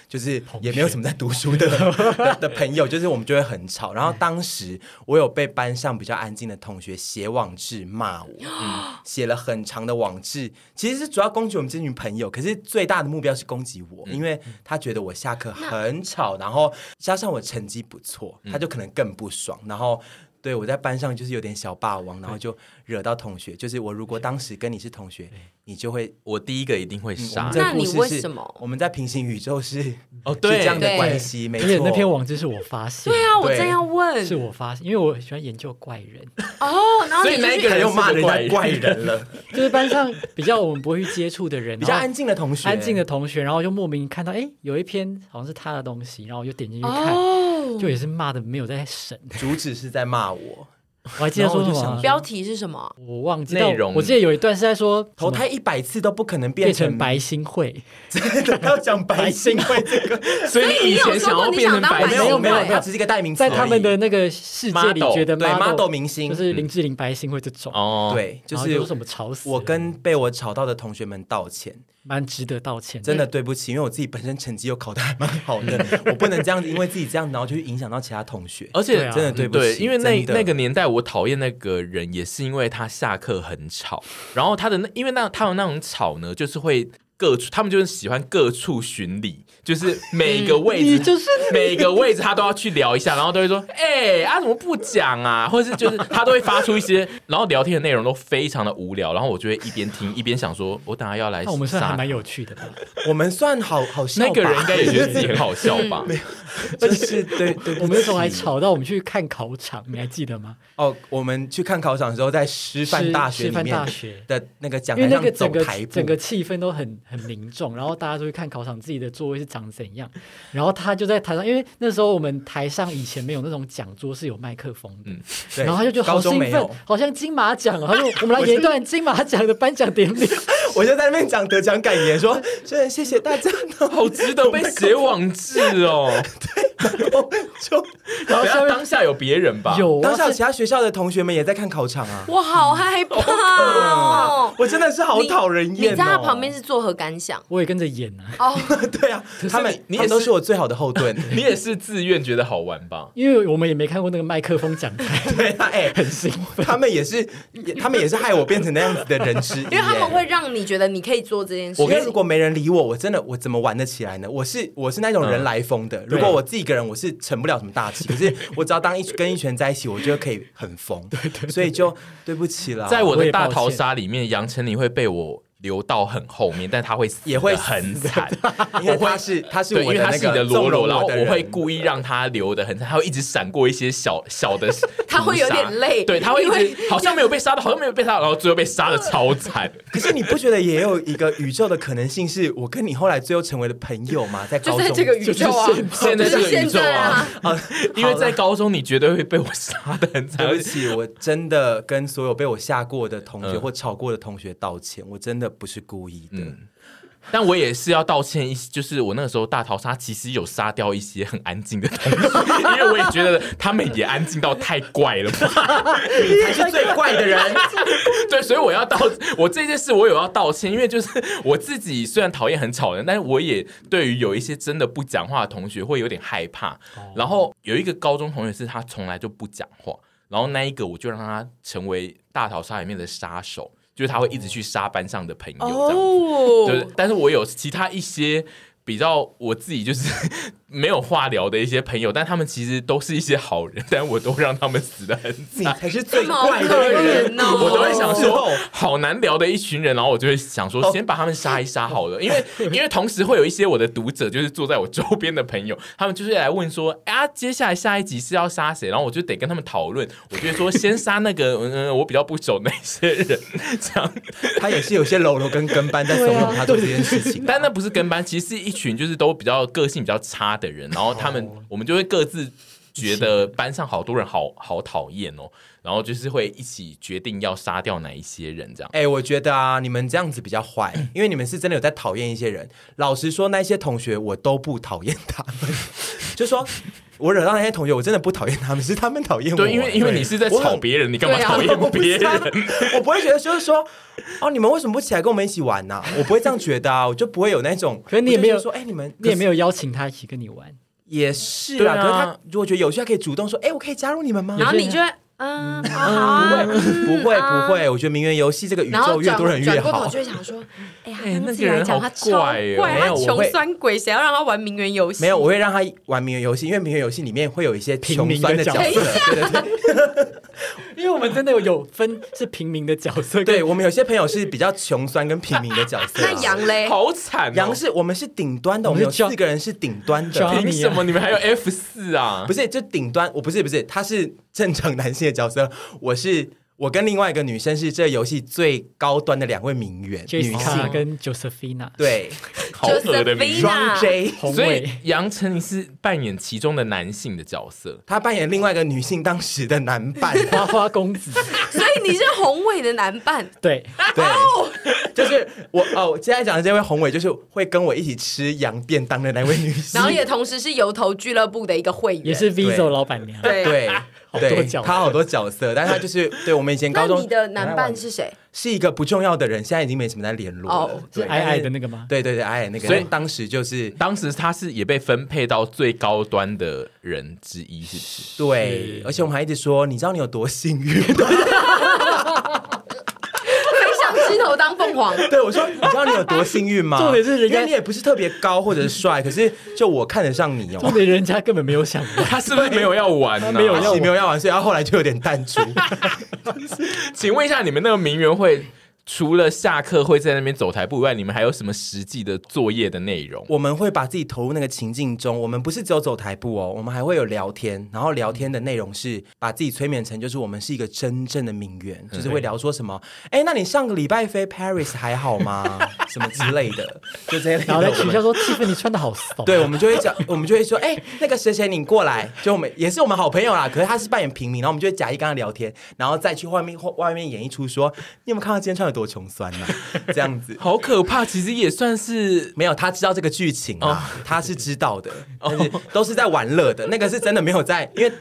Speaker 4: 就是也没有什么在读书的的的朋友，就是我们就会很吵。然后当时我有被班上比较安静的同学写网志骂 我，嗯写了很长的网志，其实是主要攻击我们这群朋友，可是最大的目标是攻击我，
Speaker 2: 嗯
Speaker 4: 因为他觉得我下课很吵，然后加上我成绩不错，
Speaker 2: 嗯
Speaker 4: 他就可能更不爽，然后。对，我在班上就是有点小霸王，然后就惹到同学。就是我如果当时跟你是同学，你就会
Speaker 1: 我第一个一定会
Speaker 4: 嗯我
Speaker 1: 杀
Speaker 4: 们这
Speaker 3: 那
Speaker 4: 个故
Speaker 3: 你
Speaker 4: 事
Speaker 3: 为
Speaker 4: 是
Speaker 3: 什么
Speaker 4: 我们在平行宇宙是是
Speaker 1: 哦，
Speaker 4: 这
Speaker 1: 对，
Speaker 4: 样的
Speaker 3: 对
Speaker 4: 关系，没
Speaker 2: 而且
Speaker 4: 错。
Speaker 2: 那篇网志是我发现的，
Speaker 3: 对啊，我
Speaker 4: 对
Speaker 3: 正要问
Speaker 2: 是我发现，因为我喜欢研究怪人，
Speaker 3: 哦，然后
Speaker 1: 所以
Speaker 3: 你
Speaker 1: 那
Speaker 3: 就
Speaker 1: 一个
Speaker 3: 去
Speaker 1: 人
Speaker 4: 又骂人
Speaker 1: 是
Speaker 4: 家
Speaker 1: 个
Speaker 4: 怪人了，
Speaker 2: 就是班上比较我们不会去接触的人，
Speaker 4: 比较
Speaker 2: 然后
Speaker 4: 安静的同学，
Speaker 2: 安静的同学，然后就莫名看到，哎，有一篇好像是他的东西，然后我就点进去看，
Speaker 3: 哦，
Speaker 2: 就也是骂的没有在审，
Speaker 4: 主旨是在骂我，
Speaker 2: 我还记得说什
Speaker 4: 然后我就想
Speaker 2: 么
Speaker 4: 说，
Speaker 3: 标题是什么？
Speaker 2: 我忘记
Speaker 1: 内
Speaker 2: 但我
Speaker 1: 容
Speaker 2: 我记得有一段是在说
Speaker 4: 投
Speaker 2: 什么
Speaker 4: 胎一百次都不可能变
Speaker 2: 变
Speaker 4: 成
Speaker 2: 成， 白新会，
Speaker 4: 真的要讲白心会这个，
Speaker 1: 所以你以前想要变成白
Speaker 3: 所
Speaker 1: 人
Speaker 3: 以你有说过你想当白
Speaker 4: 没
Speaker 3: 心
Speaker 4: 有
Speaker 3: 会
Speaker 4: 没有，它只是一个代名词而
Speaker 2: 在
Speaker 4: 已，
Speaker 2: 他们的那个世界里
Speaker 1: Model，
Speaker 2: 觉得
Speaker 4: 对 model
Speaker 2: model
Speaker 4: 明星
Speaker 2: 就是林志玲、白新会这种，
Speaker 1: 哦，，
Speaker 4: 对，就
Speaker 2: 然后
Speaker 4: 是
Speaker 2: 说什么吵死了，
Speaker 4: 我跟被我吵到的同学们道歉，
Speaker 2: 蛮值得道歉，
Speaker 4: 真的对不起，因为我自己本身成绩又考得还蛮好的，
Speaker 2: 嗯
Speaker 4: 我不能这样子，因为自己这样，然后就去影响到其他同学。
Speaker 1: 而
Speaker 2: 对
Speaker 1: 且
Speaker 2: 啊
Speaker 4: 真的对不
Speaker 1: 对，
Speaker 4: 起，
Speaker 1: 因为那
Speaker 4: 真的
Speaker 1: 那个年代我讨厌那个人，也是因为他下课很吵，然后他的那因为那他们那种吵呢，就是会各处，他们就是喜欢各处巡礼，就是每个位置、
Speaker 2: 你就是
Speaker 1: 每个位置他都要去聊一下，然后都会说， 哎、啊怎么不讲啊，或者是就是他都会发出一些，然后聊天的内容都非常的无聊，然后我就会一边听一边想说，我等下要来
Speaker 2: 那我们算还
Speaker 1: 杀
Speaker 2: 蛮有趣的吧？
Speaker 4: 我们算好好笑吧，
Speaker 1: 那个人应 该也觉得自己很好笑吧？
Speaker 4: 就是对 对，
Speaker 2: 我们那时候还吵到我们去看考场，你还记得 吗？
Speaker 4: 哦，我们去看考场的时候，在师范大学
Speaker 2: 师
Speaker 4: 里
Speaker 2: 范大
Speaker 4: 面
Speaker 2: 学。
Speaker 4: 的那个讲
Speaker 2: 因为
Speaker 4: 台
Speaker 2: 那个
Speaker 4: 上
Speaker 2: 整
Speaker 4: 走
Speaker 2: 个
Speaker 4: 台步
Speaker 2: 整，个气氛都很很凝重，然后大家都去看考场自己的座位是长怎样，然后他就在台上，因为那时候我们台上以前没有那种讲桌是有麦克风的，
Speaker 4: 嗯对
Speaker 2: 然后他就觉得好
Speaker 4: 高中
Speaker 2: 兴
Speaker 4: 没
Speaker 2: 奋
Speaker 4: 有，，
Speaker 2: 好像金马 奖哦，他说我们来演一段金马奖的颁奖典礼，
Speaker 4: 我就在那边讲得奖感言，说 真的谢谢大家，然后
Speaker 1: 好值得被写网志哦！
Speaker 4: 就
Speaker 2: 然
Speaker 1: 等
Speaker 2: 后下
Speaker 1: 下
Speaker 2: 面
Speaker 1: 当下有别人吧？
Speaker 2: 有
Speaker 4: 当
Speaker 2: 啊
Speaker 4: 下，其他学校的同学们也在看考场啊，
Speaker 3: 我好害怕哦！
Speaker 4: 我真的是好
Speaker 3: 你
Speaker 4: 讨人厌哦。
Speaker 3: 你在他旁边是作何感想？
Speaker 2: 我也跟着演啊，
Speaker 3: 哦，
Speaker 4: 对啊，他们
Speaker 1: 你
Speaker 4: 他们
Speaker 1: 也
Speaker 4: 都
Speaker 1: 是
Speaker 4: 是我最好的后盾。
Speaker 1: 你也是自愿觉得好玩吧？
Speaker 2: 因为我们也没看过那个麦克风讲 台，
Speaker 4: 对啊，哎、
Speaker 2: 很兴奋，
Speaker 4: 他们也是，也他们也是害我变成那样子的人之一。
Speaker 3: 因为他们会让你觉得你可以做这件事
Speaker 4: 我跟
Speaker 3: 情
Speaker 4: 如。果没人理我，我真的我怎么玩得起来呢？我是我是那种人来疯的。如果我自己一个人，我是成不了什么大器。可是我只要当一跟一群人在一起，我就可以很疯。 对对所以就对不起啦。
Speaker 1: 在我
Speaker 2: 我
Speaker 1: 的
Speaker 2: 也抱
Speaker 1: 大
Speaker 2: 歉
Speaker 1: 逃杀里面，杨丞琳会被我留到很后面，但他会死得
Speaker 4: 也会死
Speaker 1: 很惨。
Speaker 4: 因为他是他是
Speaker 1: 对，因
Speaker 4: 我
Speaker 1: 为
Speaker 4: 的
Speaker 1: 他
Speaker 4: 那
Speaker 1: 是你
Speaker 4: 个
Speaker 1: 的罗
Speaker 4: 纵容
Speaker 1: 罗，然后
Speaker 4: 的人
Speaker 1: 我会故意让他留的很惨，他会一直闪过一些小小的屠杀，
Speaker 3: 他会有点累
Speaker 1: 对，他会一
Speaker 3: 因
Speaker 1: 直好像没有被杀到，好像没有被杀到，然后最后被杀的超惨。
Speaker 4: 可是你不觉得也有一个宇宙的可能性，是我跟你后来最后成为了朋友吗？在
Speaker 3: 就
Speaker 4: 高
Speaker 3: 在
Speaker 4: 中
Speaker 3: 这个宇宙啊，
Speaker 1: 现在这
Speaker 3: 就是
Speaker 1: 个宇
Speaker 3: 现
Speaker 1: 宙
Speaker 3: 在
Speaker 1: 啊
Speaker 3: 啊，，
Speaker 4: 啊，
Speaker 1: 因为
Speaker 4: 好啦
Speaker 1: 在高中你绝对会被我杀的很惨，
Speaker 4: 对
Speaker 1: 而
Speaker 4: 不
Speaker 1: 且
Speaker 4: 起，我真的跟所有被我吓过的同学
Speaker 1: 嗯
Speaker 4: 或吵过的同学道歉，我真的不是故意的。
Speaker 1: 嗯但我也是要道歉一些，就是我那个时候大逃杀其实有杀掉一些很安静的同学，因为我也觉得他们也安静到太怪了吧。
Speaker 4: 你才是最怪 的人。
Speaker 1: 对，所以我要道，我这件事我有要道歉，因为就是我自己虽然讨厌很吵的人，但是我也对于有一些真的不讲话的同学会有点害怕。然后有一个高中同学是他从来就不讲话，然后那一个我就让他成为大逃杀里面的杀手，就是他会一直去杀班上的朋友这样。对
Speaker 3: 哦，，
Speaker 1: 但是我有其他一些比较我自己就是 没有话聊的一些朋友，但他们其实都是一些好人，但我都让他们死的很
Speaker 4: 你
Speaker 1: 惨。
Speaker 4: 才是最怪的
Speaker 3: 这
Speaker 4: 人。
Speaker 3: 么可怜哦 哦
Speaker 1: 我都会想
Speaker 4: 之后
Speaker 1: 说，好难聊的一群人，然后我就会想说，先把他们杀一杀好了，因为因为同时会有一些我的读者，就是坐在我周边的朋友，他们就是来问说，啊，接下来下一集是要杀谁？然后我就得跟他们讨论，我就会说先杀那个，嗯嗯，我比较不熟那些人， 这样
Speaker 4: 他也是有些喽啰跟跟班在怂
Speaker 3: 啊
Speaker 4: 恿他做这件事情。
Speaker 1: 但那不是跟班，其实是一群就是都比较个性比较差的人，然后他们、我们就会各自觉得班上好多人好好讨厌哦，然后就是会一起决定要杀掉哪一些人这样。
Speaker 4: 哎、我觉得啊，你们这样子比较 坏，因为你们是真的有在讨厌一些人。老实说，那些同学我都不讨厌他们， 就说我惹到那些同学，我真的不讨厌他们，是他们讨厌我。
Speaker 1: 对，因为因为你是在
Speaker 4: 我很
Speaker 1: 吵别人，你干嘛
Speaker 3: 对啊
Speaker 1: 讨
Speaker 4: 我
Speaker 1: 厌
Speaker 4: 不是
Speaker 1: 别人？
Speaker 4: 啊我不会觉得就是说，哦，你们为什么不起来跟我们一起玩呢、我不会这样觉得啊，我就不会有那种。
Speaker 2: 可是你也没有
Speaker 4: 我就觉得说，哎、你们
Speaker 2: 你也没有邀请他一起跟你玩，
Speaker 4: 也是
Speaker 1: 对
Speaker 4: 啦，
Speaker 1: 啊
Speaker 4: 可是他如果觉得有趣，他可以主动说：“哎、我可以加入你们吗？”
Speaker 3: 然后你就会嗯，啊好啊，
Speaker 4: 不会不会，我觉得名媛游戏这个宇
Speaker 3: 然后
Speaker 4: 宙越
Speaker 3: 转
Speaker 4: 多人
Speaker 3: 转
Speaker 4: 越
Speaker 3: 过头
Speaker 4: 好
Speaker 3: 就。会想 说，哎呀，
Speaker 1: 哎
Speaker 3: 他
Speaker 1: 那
Speaker 3: 自
Speaker 1: 个
Speaker 3: 己来
Speaker 1: 人好
Speaker 3: 讲他超
Speaker 1: 怪哦
Speaker 3: 怪，
Speaker 4: 没有
Speaker 3: 他
Speaker 4: 我
Speaker 3: 穷
Speaker 4: 会
Speaker 3: 酸鬼，谁要让他玩名媛游戏？
Speaker 4: 没有，我会让他玩名媛游戏，因为名媛游戏里面会有一些
Speaker 2: 平
Speaker 4: 穷
Speaker 2: 民的
Speaker 4: 酸的角
Speaker 2: 角
Speaker 4: 色。
Speaker 2: 色
Speaker 4: 对对对，
Speaker 2: 因为我们真的有有分是平民的角色，
Speaker 4: 对我们有些朋友是比较穷酸跟平民的角色、
Speaker 3: 那
Speaker 4: 啊。
Speaker 3: 羊嘞？
Speaker 1: 好惨、哦！
Speaker 4: 杨是我们是顶端的，
Speaker 2: 我
Speaker 4: 我
Speaker 2: 们
Speaker 4: 们
Speaker 2: 是
Speaker 4: 有
Speaker 2: John-
Speaker 4: 四个人是顶端的。
Speaker 2: John-
Speaker 1: 凭什么你们还有 F 四啊
Speaker 4: 不？是，就顶端，我不是不是，他是正常男性的角色，我是我跟另外一个女生是这游戏最高端的两位名媛女
Speaker 2: Jessica
Speaker 4: 性，
Speaker 2: 跟 Josephina
Speaker 4: 对，
Speaker 1: 好恶的
Speaker 3: Josephine
Speaker 1: 名字。
Speaker 4: 双 J，
Speaker 2: 宏
Speaker 1: 所以
Speaker 2: 伟，
Speaker 1: 杨丞琳是扮演其中的男性的角色，
Speaker 4: 她扮演另外一个女性当时的 男伴，
Speaker 2: 花花公 子，
Speaker 3: 所以你是宏伟的男伴，
Speaker 2: 对，
Speaker 3: 哦
Speaker 4: 对，就是我哦，我现在讲的这位宏伟，就是会跟我一起吃羊便当的那位女性，
Speaker 3: 然后也同时是油头俱乐部的一个会员。
Speaker 2: 也是 Viso 老板娘，
Speaker 3: 对啊
Speaker 4: 对。
Speaker 2: 好多
Speaker 4: 对，
Speaker 2: 角色
Speaker 4: 她好多角色，但她就是对我们以前
Speaker 3: 那
Speaker 4: 高中
Speaker 3: 你的男伴是谁？
Speaker 4: 是一个不重要的人，现在已经没什么在联络了。
Speaker 3: 哦
Speaker 4: 对，
Speaker 2: 矮矮的那个吗？
Speaker 4: 对对对，矮矮那个，
Speaker 1: 所以
Speaker 4: 但当时就是
Speaker 1: 当时他是也被分配到最高端的人之一，是不是？
Speaker 4: 对，而且我们还一直说，你知道你有多幸运？
Speaker 3: 飞上枝头当凤凰，
Speaker 4: 对我说，你知道你有多幸运吗？
Speaker 2: 重点是人家
Speaker 4: 因为你也不是特别高或者是帅，可是就我看得上你
Speaker 2: 重
Speaker 4: 哦。
Speaker 2: 点人家根本没有想过，
Speaker 1: 他是不是没有要玩啊呢、
Speaker 2: 他 没有要
Speaker 4: 你没有要玩，所以他后来就有点淡出。
Speaker 1: 请问一下，你们那个名媛会除了下课会在那边走台步以外，你们还有什么实际的作业的内容？
Speaker 4: 我们会把自己投入那个情境中，我们不是只有走台步哦，我们还会有聊天，然后聊天的内容是把自己催眠成就是我们是一个真正的名媛，
Speaker 2: 嗯
Speaker 4: 就是会聊说什么，哎，那你上个礼拜飞 Paris 还好 吗？什么之类的，就这些类的
Speaker 2: 然后来取笑
Speaker 4: 我们。
Speaker 2: 说气氛你穿的好啊怂，
Speaker 4: 对，我们就会讲，我们就会说，哎、那个谁谁，你过来，就我们也是我们好朋友啦。可是他是扮演平民，然后我们就会假意跟他聊天，然后再去外面外面演一出说，你有没有看到今天穿有多穷酸呢、 这样子，
Speaker 1: 好可怕，其实也算是
Speaker 4: 没有，他知道这个剧情
Speaker 1: 哦
Speaker 4: 啊，他是知道的，但是都啊是在玩乐的，那个是真的没有在，因为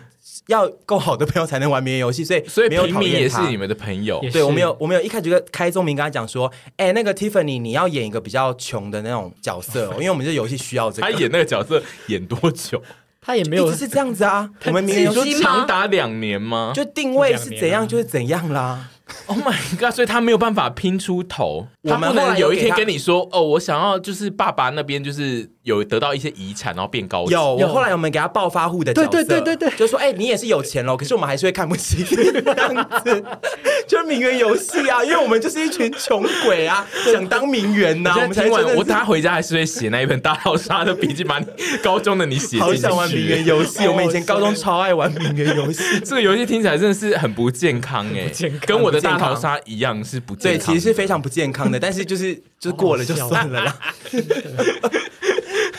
Speaker 4: 要够好的朋友才能玩迷人游戏，所以
Speaker 1: 所以
Speaker 4: 没有
Speaker 1: 平
Speaker 4: 讨
Speaker 1: 民
Speaker 4: 厌
Speaker 1: 也是
Speaker 4: 他
Speaker 1: 你。们的朋友
Speaker 2: 也是
Speaker 4: 对，我们有我们有一开始就开宗明跟他讲说，哎、那个 Tiffany 你要演一个比较穷的那种角色、哦，因为我们这游戏需要这个。
Speaker 1: 他演那个角色演多 久？
Speaker 2: 他也没
Speaker 4: 没
Speaker 2: 有
Speaker 4: 有是这样子啊，我们迷人
Speaker 1: 你
Speaker 4: 游
Speaker 1: 说
Speaker 4: 戏
Speaker 3: 吗
Speaker 1: 长达两年吗？
Speaker 4: 就定位
Speaker 2: 就
Speaker 4: 是怎
Speaker 2: 两年啊
Speaker 4: 样就是怎样啦。
Speaker 1: Oh my god！所以他没有办法拼出头，
Speaker 4: 我
Speaker 1: 他
Speaker 4: 们
Speaker 1: 不
Speaker 4: 后来
Speaker 1: 能
Speaker 4: 有
Speaker 1: 有一
Speaker 4: 给
Speaker 1: 天
Speaker 4: 他
Speaker 1: 跟你说哦，我想要就是爸爸那边就是有得到一些遗产，然后变高级。
Speaker 4: 有，
Speaker 2: 有
Speaker 4: 我后来我们给他暴发户的角色，
Speaker 2: 对对对对对
Speaker 4: 就说哎、你也是有钱喽，可是我们还是会看不起你这样子， 就是名媛游戏啊，因为我们就是一群穷鬼啊，想当名媛呐、
Speaker 1: 我
Speaker 4: 我
Speaker 1: 现
Speaker 4: 们
Speaker 1: 在
Speaker 4: 才
Speaker 1: 听完
Speaker 4: 真，的
Speaker 1: 我
Speaker 4: 是
Speaker 1: 等下回家还是会写那一本大逃杀的笔记，把你高中的你写
Speaker 4: 好
Speaker 1: 进
Speaker 4: 想玩名媛
Speaker 1: 去。
Speaker 4: 游戏，我们以前高中超爱玩名媛游戏。
Speaker 1: 这个游戏听起来真的是很不健康哎、
Speaker 2: 健康
Speaker 1: 跟我的
Speaker 4: 不健
Speaker 1: 大
Speaker 4: 康
Speaker 1: 逃杀一样是不
Speaker 4: 对，
Speaker 1: 健
Speaker 4: 其
Speaker 1: 康的。
Speaker 4: 实是非常不健康的，但是就是就是过了就算了啦。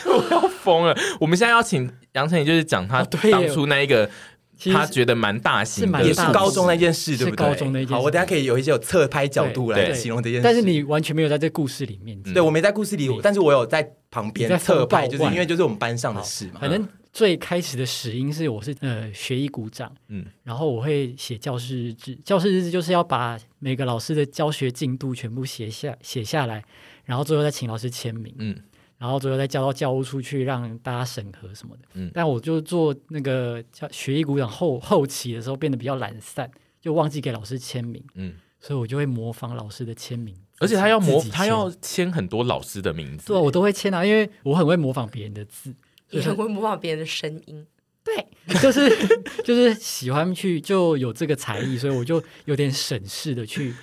Speaker 1: 我要疯了。 我们现在要请杨丞琳，就是讲他
Speaker 2: 哦 对耶
Speaker 1: 当初那一个
Speaker 2: 其实
Speaker 1: 他觉得蛮大型
Speaker 2: 是蛮
Speaker 1: 的，
Speaker 4: 也
Speaker 2: 大
Speaker 4: 是高中那件事，对不对？
Speaker 2: 是高中那件事
Speaker 4: 好，我等下可以有一些有侧拍角度
Speaker 1: 对
Speaker 4: 来
Speaker 1: 对
Speaker 4: 形容这件事。嗯
Speaker 2: 但是你完全没有在这故事里面。
Speaker 4: 对我没在故事里，但是我有在旁
Speaker 2: 嗯你
Speaker 4: 边
Speaker 2: 在风
Speaker 4: 侧拍，
Speaker 2: 暴
Speaker 4: 就是
Speaker 2: 外
Speaker 4: 因为就是我们班上的事嘛。
Speaker 2: 反正最开始的始因是我是呃学医鼓掌，
Speaker 1: 嗯
Speaker 2: 嗯，然后我会写教师日志，教师日志就是要把每个老师的教学进度全部写下写下来，然后最后再请老师签名，
Speaker 1: 嗯
Speaker 2: 嗯，然后最后再交到教务处去让大家审核什么的，
Speaker 1: 嗯
Speaker 2: 嗯，但我就做那个教学医鼓掌后后期的时候变得比较懒散，就忘记给老师签名，
Speaker 1: 嗯，
Speaker 2: 所以我就会模仿老师的签名，
Speaker 1: 而且他要模
Speaker 2: 自己，签
Speaker 1: 他要签很多老师的名字。
Speaker 2: 对啊，我都会签啊，因为我很会模仿别人的字。
Speaker 3: 也很会模仿别人的声音。
Speaker 2: 对，就是就是喜欢去就有这个才艺，所以我就有点省事的去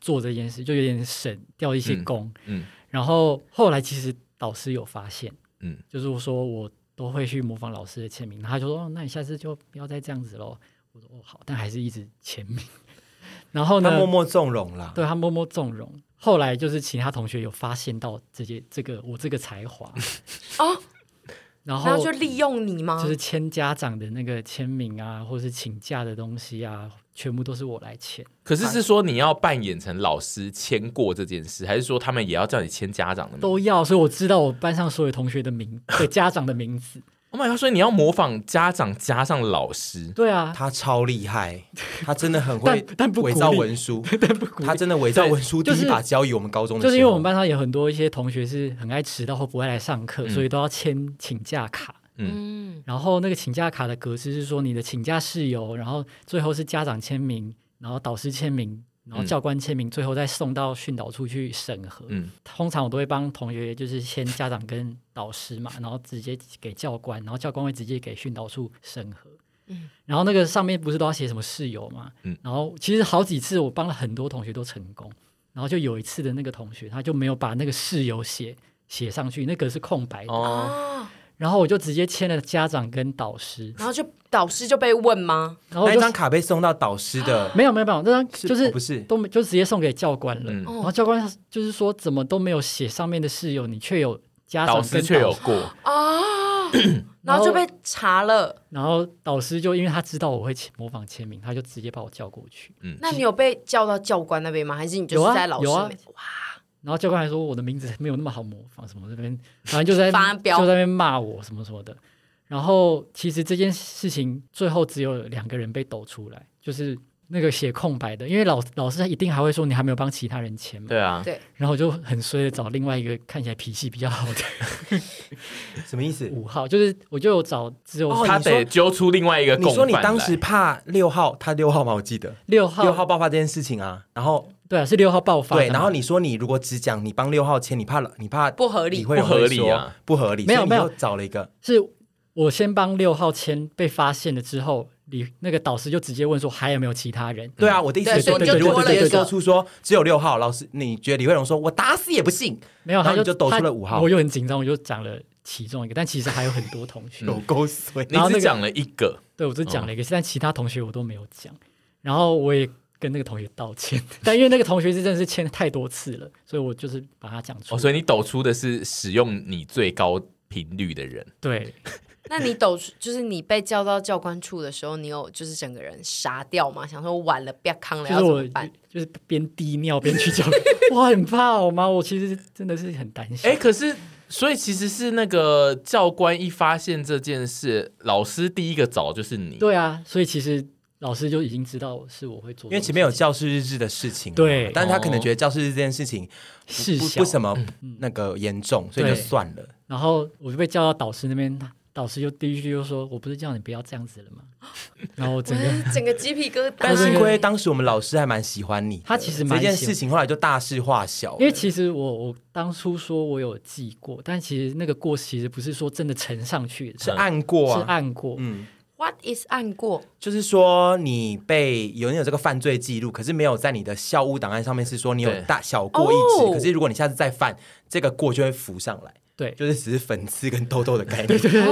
Speaker 2: 做这件事，就有点省掉一些功。
Speaker 1: 嗯嗯
Speaker 2: 然后后来其实导师有发现，
Speaker 1: 嗯
Speaker 2: 嗯，就是我说我都会去模仿老师的签名，然后他就说、哦那你下次就不要再这样子喽。我说哦好，但还是一直签名。 然后
Speaker 4: 他
Speaker 2: 呢，
Speaker 4: 默默纵容啦。
Speaker 2: 对他默默纵容。后来就是其他同学有发现到这些这个我这个才 华
Speaker 3: 哦，
Speaker 2: 然
Speaker 3: 然
Speaker 2: 后
Speaker 3: 后就利用你吗？
Speaker 2: 就是签家长的那个签名啊，或是请假的东西啊，全部都是我来签。
Speaker 1: 可是是说你要扮演成老师签过这件事，还是说他们也要叫你签家长的名字？
Speaker 2: 都要，所以我知道我班上所有同学的 名，对家长的名字。
Speaker 1: Oh my god！所以你要模仿家长加上老师，
Speaker 2: 对啊，
Speaker 4: 他超厉 害，他真的很会
Speaker 2: 但但不鼓
Speaker 4: 伪
Speaker 2: 励
Speaker 4: 造 文书，他真的伪造文书第
Speaker 2: 对
Speaker 4: 一把交椅。我们哦高中的时
Speaker 2: 就
Speaker 4: 候
Speaker 2: 是因为我们班上有很多一些同学是很爱迟到或不爱来上课，
Speaker 1: 嗯
Speaker 2: 所以都要签请假卡。
Speaker 3: 嗯，
Speaker 2: 然后那个请假卡的格式是说你的请假事由，然后最后是家长签名，然后导师签名，然后
Speaker 1: 嗯
Speaker 2: 教官签名，最后再送到训导处去审核。
Speaker 1: 嗯，
Speaker 2: 通常我都会帮同学，就是先家长跟导师嘛，然后直接给教官，然后教官会直接给训导处审核。
Speaker 3: 嗯
Speaker 2: 嗯，然后那个上面不是都要写什么室友嘛？
Speaker 1: 嗯
Speaker 2: 嗯，然后其实好几次我帮了很多同学都成功，然后就有一次的那个同学他就没有把那个室友写写上去，那个是空白的。
Speaker 1: 哦，
Speaker 3: 哦，
Speaker 2: 然后我就直接签了家长跟导师，
Speaker 3: 然后就导师就被问吗？
Speaker 2: 然后我
Speaker 4: 那一
Speaker 2: 就
Speaker 4: 张卡被送到导师的，
Speaker 2: 没有没有没有，那张 就是是
Speaker 4: 哦不是
Speaker 2: 都没就直接送给教官了。
Speaker 1: 嗯
Speaker 2: 然后教官就是说怎么都没有写上面的室友，你却有家
Speaker 1: 导
Speaker 2: 长跟
Speaker 1: 师却有过，
Speaker 3: 啊，然后就被查了。
Speaker 2: 然后导师就因为他知道我会签模仿签名，他就直接把我叫过去。
Speaker 3: 那你有被叫到教官那边吗？还是你就
Speaker 2: 有
Speaker 3: 是
Speaker 2: 啊
Speaker 3: 在老师
Speaker 2: 有啊
Speaker 3: 面前？哇，
Speaker 2: 然后教官还说我的名字没有那么好模仿，什么这边反正就在
Speaker 3: 发飙
Speaker 2: 就在那边骂我什么什么的。然后其实这件事情最后只有两个人被抖出来，就是那个写空白的，因为老老师一定还会说你还没有帮其他人签嘛。
Speaker 1: 对啊，
Speaker 3: 对，
Speaker 2: 然后我就很衰的找另外一个看起来脾气比较好的
Speaker 4: 什么意思？
Speaker 2: 五号，就是我就有找只有
Speaker 4: 哦
Speaker 1: 他
Speaker 4: 你说
Speaker 1: 得揪出另外一个
Speaker 4: 你
Speaker 1: 共
Speaker 4: 说你
Speaker 1: 犯
Speaker 4: 当
Speaker 1: 来
Speaker 4: 时怕六号，他六号吗？我记得
Speaker 2: 六号，
Speaker 4: 六号爆发这件事情啊，然后
Speaker 2: 对啊，是六号爆发的嘛。
Speaker 4: 对，然后你说你如果只讲你帮六号签，你怕你怕
Speaker 3: 不合理
Speaker 4: 你会有人
Speaker 1: 不合理
Speaker 4: 说
Speaker 1: 啊，
Speaker 4: 不合理，
Speaker 2: 没有
Speaker 4: 所以你
Speaker 2: 没有
Speaker 4: 又找了一个
Speaker 2: 是我先帮六号签被发现了之后，你那个导师就直接问说还有没有其他人？嗯
Speaker 4: 对啊，我的意思
Speaker 3: 对
Speaker 4: 是
Speaker 2: 所
Speaker 4: 说，
Speaker 2: 以
Speaker 4: 你
Speaker 2: 你就
Speaker 4: 如果
Speaker 2: 多了一
Speaker 4: 直接
Speaker 2: 个
Speaker 4: 说出说只有六号，老师，你觉得李慧荣说我打死也不信，
Speaker 2: 没有，
Speaker 4: 然后
Speaker 2: 他
Speaker 4: 你就抖出了
Speaker 2: 他
Speaker 4: 五号
Speaker 2: 我就很紧张，我就讲了其中一个，但其实还有很多同学，
Speaker 3: 嗯
Speaker 4: 狗狗碎，
Speaker 1: 嗯你
Speaker 2: 然后那
Speaker 1: 只
Speaker 2: 个
Speaker 1: 讲了一个，
Speaker 2: 对我只讲了一个，但其他同学我都没有讲，然后我也。跟那个同学道歉， 但因为那个同学是真的是签太多次了，所以我就是把他讲出
Speaker 1: 哦，
Speaker 2: 来。
Speaker 1: 所以你抖出的是使用你最高频率的人，
Speaker 2: 对，
Speaker 3: 那你抖出就是你被叫到教官处的时候，你有就是整个人傻掉吗？想说完了，不要康了，
Speaker 2: 就
Speaker 3: 要
Speaker 2: 是
Speaker 3: 怎
Speaker 2: 我
Speaker 3: 么办？
Speaker 2: 就是边滴尿边去教， 我很怕好吗？我其实真的是很担心。
Speaker 1: 哎，可是。所以其实是那个教官一发现这件事，老师第一个找就是你。
Speaker 2: 对啊，所以其实老师就已经知道是我会做这种事情，
Speaker 4: 因为前面有教室日志的事情，
Speaker 2: 对
Speaker 4: 但是他可能
Speaker 1: 哦
Speaker 4: 觉得教室日这件事情
Speaker 2: 事
Speaker 4: 不
Speaker 2: 小
Speaker 4: 不什么
Speaker 1: 嗯
Speaker 4: 那个严重，所以就
Speaker 2: 对
Speaker 4: 算了。
Speaker 2: 然后我就被叫到导师那边，导师就第一句就说：“我不是叫你不要这样子了吗？”然后我整个
Speaker 3: 我整个鸡皮疙瘩。
Speaker 4: 但
Speaker 2: 是
Speaker 4: 幸亏当时我们老师还蛮喜欢你的，
Speaker 2: 他其实
Speaker 4: 这
Speaker 2: 蛮
Speaker 4: 件
Speaker 2: 喜
Speaker 4: 事情后来就大事化小了，
Speaker 1: 嗯
Speaker 2: 因为其实我我当初说我有记过，但其实那个过其实不是说真的乘上去的，
Speaker 4: 是按过
Speaker 2: 是
Speaker 4: 啊，
Speaker 2: 按过，
Speaker 4: 嗯，
Speaker 3: What is 按过？
Speaker 4: 就是说你被有人有这个犯罪记录，可是没有在你的校务档案上面是说你有
Speaker 1: 对
Speaker 4: 大小过一职，
Speaker 3: 哦
Speaker 4: 可是如果你下次再犯，这个过就会浮上来，
Speaker 2: 对
Speaker 4: 就是只是粉刺跟痘痘的概念，对对就是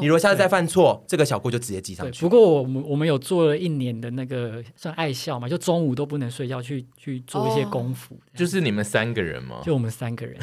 Speaker 4: 你如果下次再犯错，这个小过就直接记上
Speaker 2: 对。
Speaker 4: 去。
Speaker 2: 不过我们我们有做了一年的那个算爱校嘛，就中午都不能睡觉去去做一些
Speaker 3: 哦
Speaker 2: 功夫，
Speaker 1: 就是你们三个人吗？
Speaker 2: 就我们三 个人，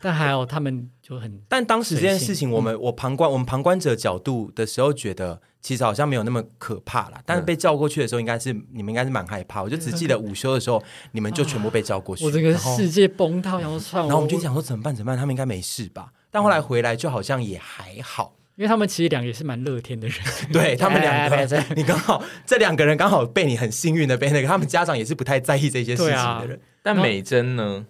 Speaker 2: 但还有他们就很
Speaker 4: 但当时这件事
Speaker 2: 随
Speaker 4: 情，我们我旁观我们旁观者角度的时候，觉得其实好像没有那么可怕啦。但是被叫过去的时候，应该是你们应该是蛮害怕。我就只记得午休的时候，你们就全部被叫过去，
Speaker 2: 我整个
Speaker 4: 然后
Speaker 2: 世界崩塌，然后算
Speaker 4: 然后我们嗯就想说怎么办？怎么办？他们应该没事吧？但后来回来就好像也还好，
Speaker 2: 因为他们其实两个也是蛮乐天的人，
Speaker 4: 对他们两
Speaker 2: 哎哎哎
Speaker 4: 个
Speaker 2: 哎，
Speaker 4: 你刚好这两个人刚好被你很幸运的被那个，他们家长也是不太在意这些事
Speaker 2: 对
Speaker 4: 情
Speaker 2: 啊
Speaker 4: 的人。
Speaker 1: 但美珍呢？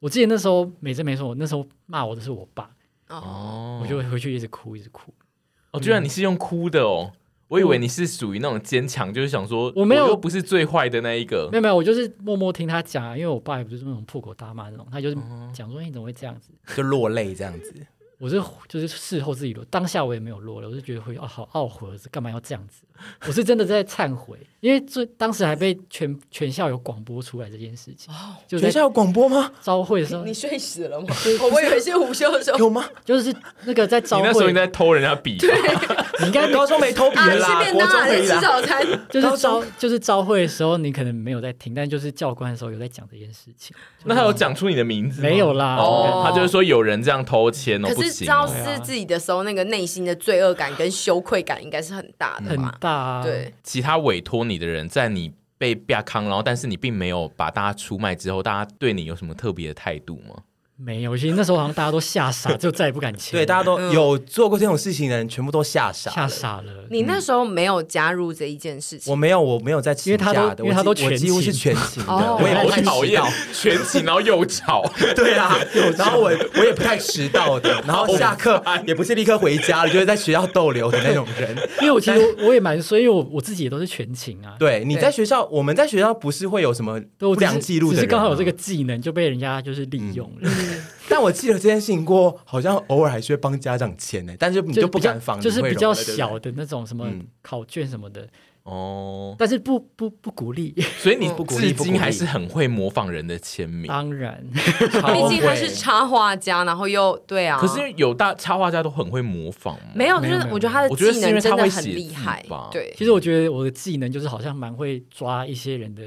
Speaker 2: 我记得那时候美珍没说，我那时候骂我的是我爸，
Speaker 3: 哦，
Speaker 1: 哦
Speaker 2: 我就回去一直哭一直哭。
Speaker 1: 哦，居然你是用哭的哦，我以为你是属于那种坚强，就是想说
Speaker 2: 嗯我没有
Speaker 1: 又不是最坏的那一个
Speaker 2: 没。有没有，我就是默默听他讲啊，因为我爸也不是那种破口大骂那种，他就是
Speaker 1: 嗯
Speaker 2: 讲说、哎你怎么会这样子？
Speaker 4: 就落泪这样子，
Speaker 2: 我是就是事后自己落，当下我也没有落了，我就觉得会哦好懊悔，干嘛要这样子？我是真的在忏悔，因为最当时还被全全校有广播出来这件事情，
Speaker 1: 哦
Speaker 2: 就
Speaker 4: 学
Speaker 2: 在
Speaker 4: 校有广播吗？
Speaker 2: 招会的时候
Speaker 3: 你，睡死了吗？我以为是午休的
Speaker 2: 哦
Speaker 3: 时候。
Speaker 4: 有吗？
Speaker 2: 就是那个在招
Speaker 1: 你
Speaker 2: 会，
Speaker 1: 那时候应该偷人家笔吧？
Speaker 2: 你应该
Speaker 4: 高中没偷笔
Speaker 3: 啊，
Speaker 4: 了
Speaker 3: 你是
Speaker 4: 啦，
Speaker 3: 便
Speaker 4: 国
Speaker 3: 当
Speaker 4: 中
Speaker 3: 还
Speaker 4: 可
Speaker 3: 是
Speaker 4: 以
Speaker 3: 吃
Speaker 4: 啦。
Speaker 3: 早 餐？
Speaker 2: 就是招就是招会的时候，你可能没有在听，但就是教官的时候有在讲这件事情。
Speaker 1: 那他有讲出你的名字吗
Speaker 2: 没有啦
Speaker 1: 哦
Speaker 3: 哦，
Speaker 1: 他就是说有人这样偷签哦，
Speaker 3: 可
Speaker 1: 不
Speaker 3: 是
Speaker 1: 行
Speaker 3: 招
Speaker 1: 哦。
Speaker 3: 思自己的时候，那个内心的罪恶感跟羞愧感应该是很
Speaker 4: 嗯
Speaker 3: 大的
Speaker 2: 很
Speaker 3: 吧？
Speaker 2: 大、啊，
Speaker 3: 对，
Speaker 1: 其他委托你的人在你被架康，然后但是你并没有把大家出卖之后，大家对你有什么特别的态度吗？
Speaker 2: 没有，其实那时候好像大家都吓 傻，就再也不敢签，
Speaker 4: 对，大家都
Speaker 3: 嗯
Speaker 4: 有做过这种事情的人，全部都吓傻了。
Speaker 2: 吓傻了。
Speaker 3: 你那时候没有加入这一件事
Speaker 4: 我
Speaker 3: 情，
Speaker 4: 没有，我没有在请
Speaker 2: 因为他都
Speaker 4: 假的，
Speaker 2: 因为他
Speaker 4: 我
Speaker 2: 都
Speaker 4: 几我
Speaker 2: 全
Speaker 4: 几乎是
Speaker 2: 勤
Speaker 4: 全勤的，
Speaker 3: 哦
Speaker 4: 我也
Speaker 1: 好
Speaker 4: 不太
Speaker 1: 讨
Speaker 4: 迟
Speaker 1: 厌
Speaker 4: 到。
Speaker 1: 全勤，然后又吵，
Speaker 4: 对啊，然后我我也不太迟到 的，然后下课也不是立刻回家了，就是在学校逗留的那种 人。
Speaker 2: 因为我其实 我我也蛮衰，因为我我自己也都是全勤啊，
Speaker 4: 对，你
Speaker 3: 对
Speaker 4: 在学校，我们在学校不是会有什么
Speaker 2: 对，我
Speaker 4: 不
Speaker 2: 只
Speaker 4: 良
Speaker 2: 是
Speaker 4: 记录的
Speaker 2: 只是
Speaker 4: 人啊嗯吗
Speaker 2: 刚好有这个，技能就被人家就是利用了，
Speaker 4: 但我记得这件事情过，好像偶尔还是会帮家长签呢，但是你
Speaker 2: 是
Speaker 4: 不
Speaker 2: 比较
Speaker 4: 敢防，
Speaker 2: 就是比较
Speaker 4: 你会容了
Speaker 2: 小的那种什么
Speaker 4: 嗯
Speaker 2: 考卷什么的。
Speaker 1: 哦，
Speaker 2: 但是不不不鼓 励，
Speaker 1: 所以你
Speaker 3: 不
Speaker 4: 鼓
Speaker 1: 至
Speaker 4: 励不鼓
Speaker 1: 今还
Speaker 4: 励
Speaker 1: 是很会模仿人的签名。
Speaker 2: 当 然，
Speaker 3: 毕竟他
Speaker 4: 会
Speaker 3: 是插画家，然后又对啊，
Speaker 1: 可是有大插画家都很会模仿吗，
Speaker 3: 没有，就
Speaker 2: 没有
Speaker 3: 是
Speaker 2: 没有
Speaker 3: 我觉得他的
Speaker 1: 我觉得
Speaker 3: 技
Speaker 1: 是因
Speaker 3: 能
Speaker 1: 为他
Speaker 3: 真的
Speaker 1: 会
Speaker 3: 很
Speaker 1: 写
Speaker 3: 厉
Speaker 1: 字
Speaker 3: 害
Speaker 1: 吧，
Speaker 3: 对，
Speaker 2: 其实我觉得我的技能就是好像蛮会抓一些人的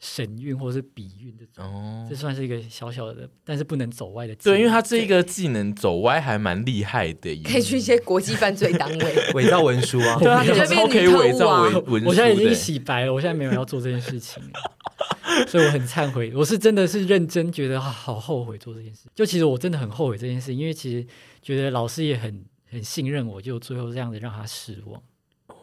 Speaker 2: 神韵或者是比韵这种，
Speaker 1: 哦
Speaker 2: 这。算是一个小小的，但是不能走歪的技能。
Speaker 1: 对，因为他这一个技能走歪还蛮厉害的耶，
Speaker 3: 可以去一些国际犯罪单 位。
Speaker 4: 伪造文 书啊，
Speaker 1: 对啊，他
Speaker 3: 你就
Speaker 1: 超
Speaker 3: 变
Speaker 1: 可以
Speaker 3: 女特
Speaker 1: 伪
Speaker 3: 务
Speaker 1: 造
Speaker 3: 啊
Speaker 1: 文文
Speaker 2: 我现在已
Speaker 1: 书的
Speaker 2: 经洗白了，我现在没有要做这件事情了， 所以我很忏悔，我是真的是认真觉得啊好后悔做这件事。就其实我真的很后悔这件事，因为其实觉得老师也很很信任我，就最后这样子让他失望。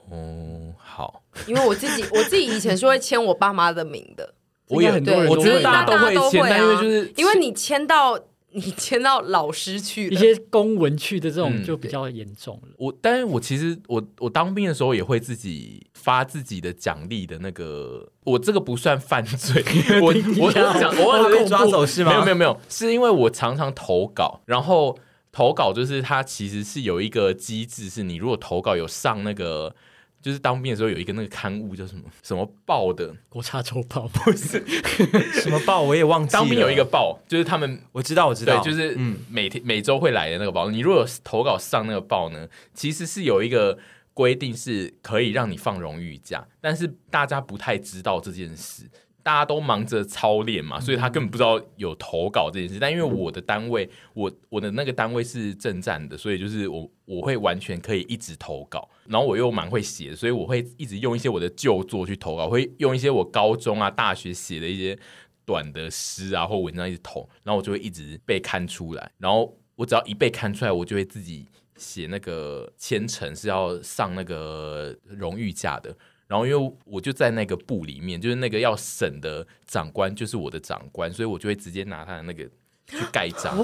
Speaker 1: 哦，好，
Speaker 3: 因为我自己，我自己以前是会签我爸妈的名的，
Speaker 1: 我也
Speaker 2: 应该很多
Speaker 3: 对，
Speaker 2: 人
Speaker 1: 我觉
Speaker 2: 都
Speaker 1: 得
Speaker 2: 会
Speaker 1: 大家
Speaker 2: 吧
Speaker 1: 都会签，
Speaker 3: 啊
Speaker 1: 但因为就是
Speaker 3: 因为你签到你签到老师去
Speaker 2: 一
Speaker 3: 了，
Speaker 2: 些公文去的这种
Speaker 1: 嗯
Speaker 2: 就比较严重了。
Speaker 1: 我，但是我其实我我当兵的时候也会自己发自己的奖励的那个，我这个不算犯罪，我我讲我忘了
Speaker 4: 被抓走是吗？
Speaker 1: 没有没有没有，是因为我常常投稿，然后投稿就是它其实是有一个机制，是你如果投稿有上那个。就是当兵的时候有一个那个刊物叫什么什么报的，
Speaker 2: 国差周报，
Speaker 4: 什么报我也忘记了。
Speaker 1: 当兵有一个报，就是他们
Speaker 4: 我知道我知道，
Speaker 1: 对，就是
Speaker 4: 嗯，
Speaker 1: 每天、每周会来的那个报。你如果有投稿上那个报呢，其实是有一个规定是可以让你放荣誉假，但是大家不太知道这件事。大家都忙着操练
Speaker 4: 嗯
Speaker 1: 嘛，所以他根本不知道有投稿这件事。但因为我的单位，我我的那个单位是正战的，所以就是我我会完全可以一直投稿，然后我又蛮会写的，所以我会一直用一些我的旧作去投稿，会用一些我高中啊、大学写的一些短的诗啊或文章一直投，然后我就会一直被看出来，然后我只要一被看出来，我就会自己写那个签呈是要上那个荣誉架的。然后因为我就在那个部里面，就是那个要审的长官就是我的长官，所以我就会直接拿他的那个去盖章。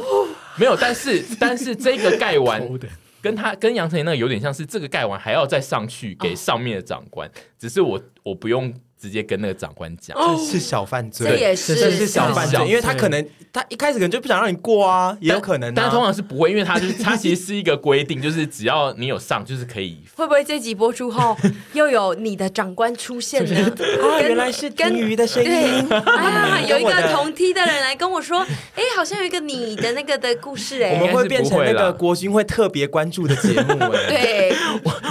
Speaker 1: 没有，但是但是这个盖完
Speaker 2: 偷的
Speaker 1: 跟他跟杨丞琳那个有点像是，这个盖完还要再上去给上面的长官，只是我我不用直接跟那个长官讲。
Speaker 4: 这是小犯罪，
Speaker 3: 哦这也
Speaker 2: 这
Speaker 4: 这是小犯
Speaker 1: 小
Speaker 4: 罪，
Speaker 1: 犯
Speaker 4: 因为他可能他一开始可能就不想让你过啊，也有可能啊。
Speaker 1: 但但通常是不会，因为它就是它其实是一个规定，就是只要你有上，就是可 以。
Speaker 3: 会不会这集播出后又有你的长官出现呢？
Speaker 4: 啊，
Speaker 3: 跟
Speaker 4: 原来是
Speaker 3: 跟
Speaker 4: 鲸鱼的声
Speaker 3: 对
Speaker 4: 音，
Speaker 3: 啊，有一
Speaker 4: 跟我
Speaker 3: 个
Speaker 4: 的
Speaker 3: 同梯的人来跟我说，哎，好像有一个你的那个的故事，
Speaker 4: 我
Speaker 3: 哎，
Speaker 4: 们会变成那
Speaker 1: 应该是
Speaker 4: 个
Speaker 1: 不会啦
Speaker 4: 国军会特别关注的节目哎。
Speaker 3: 对，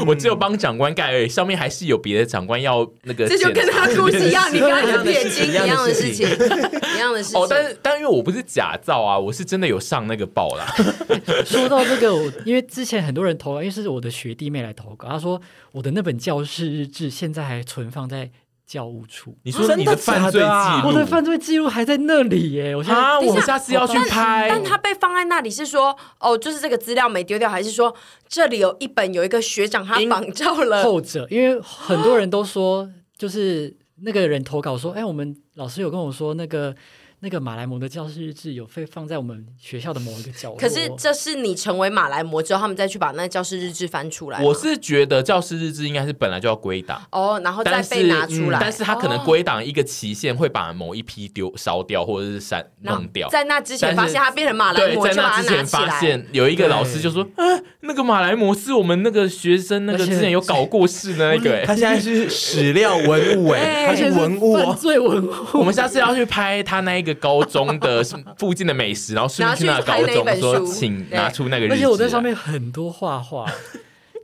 Speaker 1: 我只有帮长官盖而已，上面还是有别的长官要那个
Speaker 3: 这
Speaker 1: 检查。
Speaker 3: 就跟他故事一样，你跟他是撇清一
Speaker 4: 一
Speaker 3: 样
Speaker 4: 样
Speaker 3: 的
Speaker 4: 的
Speaker 3: 事
Speaker 4: 事
Speaker 3: 情
Speaker 4: 情，
Speaker 3: 一样的事情。
Speaker 1: 哦，但是但因为我不是假造啊，我是真的有上那个报啦。
Speaker 2: 说到这个，我因为之前很多人投稿，因为是我的学弟妹来投稿，她说我的那本教室日志现在还存放在教务处，
Speaker 1: 你说你犯罪
Speaker 4: 真的假
Speaker 1: 记
Speaker 4: 的啊
Speaker 2: 我
Speaker 1: 录
Speaker 2: 的犯罪记录还在那里耶！我现在
Speaker 1: 啊，
Speaker 3: 等一下
Speaker 1: 我们下次要去拍。
Speaker 3: 但他被放在那里是说，哦，就是这个资料没丢掉，还是说这里有一本有一个学长他仿照了？
Speaker 2: 后者，因为很多人都说，就是那个人投稿说，哎，我们老师有跟我说，那个那个马来貘的教室日志有被放在我们学校的某一个角落。
Speaker 3: 可是这是你成为马来魔之后，他们再去把那教师日志翻出来。
Speaker 1: 我是觉得教师日志应该是本来就要归档，
Speaker 3: 哦，然后再
Speaker 1: 但
Speaker 3: 被
Speaker 1: 是
Speaker 3: 拿出来，哦
Speaker 1: 嗯但是他可能归档一个期限，会把某一批丢烧掉或者是删
Speaker 3: 那
Speaker 1: 弄掉。
Speaker 3: 在那之前发
Speaker 1: 但是
Speaker 3: 现他变成马来
Speaker 1: 对，
Speaker 3: 魔，
Speaker 1: 在
Speaker 3: 就把
Speaker 1: 那
Speaker 3: 它
Speaker 1: 之
Speaker 3: 拿
Speaker 1: 前
Speaker 3: 起
Speaker 1: 发
Speaker 3: 来。
Speaker 1: 现有一个老师就说：“啊，那个马来模是我们那个学生那个
Speaker 2: 而且
Speaker 1: 之前有搞过事的那个、欸
Speaker 4: 他现在是史料文物
Speaker 3: 哎
Speaker 4: 哎，他是文物
Speaker 2: 犯
Speaker 4: 哦，
Speaker 2: 罪文物，
Speaker 1: 我们下次要去拍他那一个高中的是附近的美食，然后顺便去那个高
Speaker 3: 然后去拍那一
Speaker 1: 中
Speaker 3: 本
Speaker 1: 说，
Speaker 3: 书
Speaker 1: 请
Speaker 3: 对
Speaker 1: 拿出那个日记。”啊
Speaker 2: 而且我在上，面很多画画，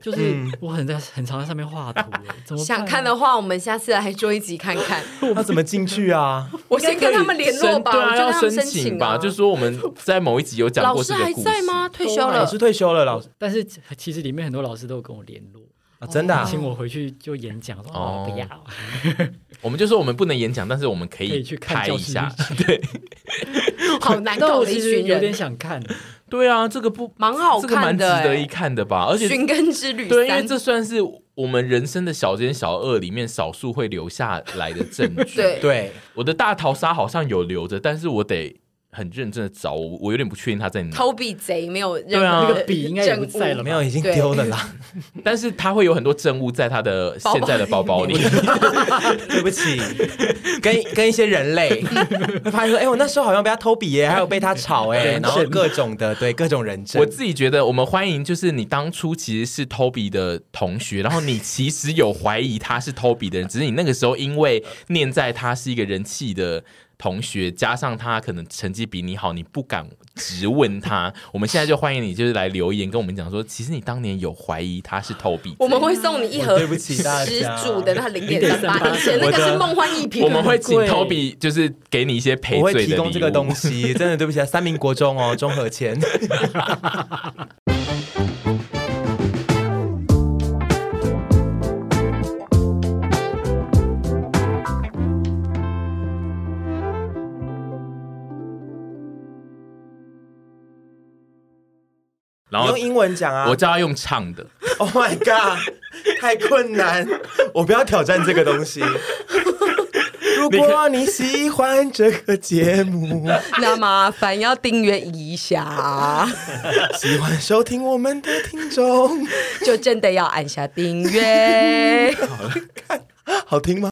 Speaker 2: 就是
Speaker 4: 嗯
Speaker 2: 我很在很常在上面画图耶，怎么办
Speaker 3: 想
Speaker 2: 啊
Speaker 3: 看的话，我们下次来做一集看看。
Speaker 4: 他怎么进去啊？
Speaker 3: 我先跟他们联络吧，
Speaker 1: 对
Speaker 3: 我
Speaker 1: 啊，
Speaker 3: 就跟
Speaker 1: 要
Speaker 3: 他们
Speaker 1: 申
Speaker 3: 申
Speaker 1: 请
Speaker 3: 啊
Speaker 1: 吧，就说我们在某一集有讲
Speaker 3: 老
Speaker 1: 过
Speaker 3: 师
Speaker 1: 这个
Speaker 3: 还
Speaker 1: 故事
Speaker 3: 在？吗？ 退休
Speaker 4: 老
Speaker 3: 了
Speaker 4: 哦师。退休了，老师
Speaker 2: 但是其实里面很多老师都有跟我联络，
Speaker 4: 啊真 的啊
Speaker 2: 请我回去就演讲，说哦
Speaker 1: 哦
Speaker 2: 不要，
Speaker 1: 我们就说我们不能演讲，但是我们可
Speaker 2: 可以
Speaker 1: 以
Speaker 2: 去看
Speaker 1: 拍
Speaker 2: 教
Speaker 1: 一
Speaker 2: 师
Speaker 1: 下。
Speaker 2: 日
Speaker 1: 对
Speaker 3: 好 难
Speaker 2: 但
Speaker 3: 搞
Speaker 2: 我
Speaker 3: 的一
Speaker 2: 其 实
Speaker 3: 群
Speaker 2: 有点
Speaker 3: 人，
Speaker 2: 想看，
Speaker 1: 对啊，这个不
Speaker 3: 蛮好
Speaker 1: 这个蛮
Speaker 3: 看
Speaker 1: 值
Speaker 3: 的、
Speaker 1: 得
Speaker 3: 欸
Speaker 1: 一。看的吧？而且
Speaker 3: 寻根之旅三，
Speaker 1: 对，因为这算是我们人生的小奸小恶里面少数会留下来的证据。
Speaker 3: 对
Speaker 4: 对，
Speaker 1: 我的大逃杀好像有留着，但是我得很认真的找我，我有点不确定他在哪，
Speaker 3: 偷笔贼没有任
Speaker 1: 对啊
Speaker 3: 何
Speaker 1: 那
Speaker 2: 个笔应该也不在了吧
Speaker 4: 没有已经
Speaker 3: 对
Speaker 4: 丢了啦，
Speaker 1: 但是他会有很多证物在他的现在的包包里。
Speaker 4: 对 不起，跟跟一些人类 会发现说，哎、我那时候好像被他偷笔耶，还有被他炒 哎，
Speaker 2: 人证
Speaker 4: 然后各种的，对各种人证
Speaker 1: 我。自己觉得，我们欢迎就是你当初其实是 Toby 的同学，然后你其实有怀疑他是 Toby 的人，只是你那个时候因为念在他是一个人气的同学，加上他可能成绩比你好，你不敢直问他。 我们现在就欢迎你，就是来留言跟我们讲说，其实你当年有怀疑他是 Toby，
Speaker 3: 我们会送你一盒
Speaker 4: 我对不起大家
Speaker 3: 十组的那零点三八，以前那
Speaker 4: 我
Speaker 3: 个
Speaker 4: 的
Speaker 3: 是梦幻一品，
Speaker 1: 我们会请
Speaker 2: 很贵
Speaker 1: Toby 就是给你一些赔
Speaker 4: 我会
Speaker 1: 罪
Speaker 4: 提
Speaker 1: 的
Speaker 4: 供这个
Speaker 1: 礼物
Speaker 4: 东。 西，真的对不起啊，三民国中哦，中和前。
Speaker 1: 然
Speaker 4: 你
Speaker 1: 后
Speaker 4: 用英文讲啊
Speaker 1: 我叫他用唱的，
Speaker 4: ，Oh my god，太困难，我不要挑战这个 东西。如果你喜欢这个节目，
Speaker 3: 那麻烦要订阅一下，
Speaker 4: 喜欢收听我们的听众，
Speaker 3: 就真的要按下订阅。
Speaker 4: 好听吗？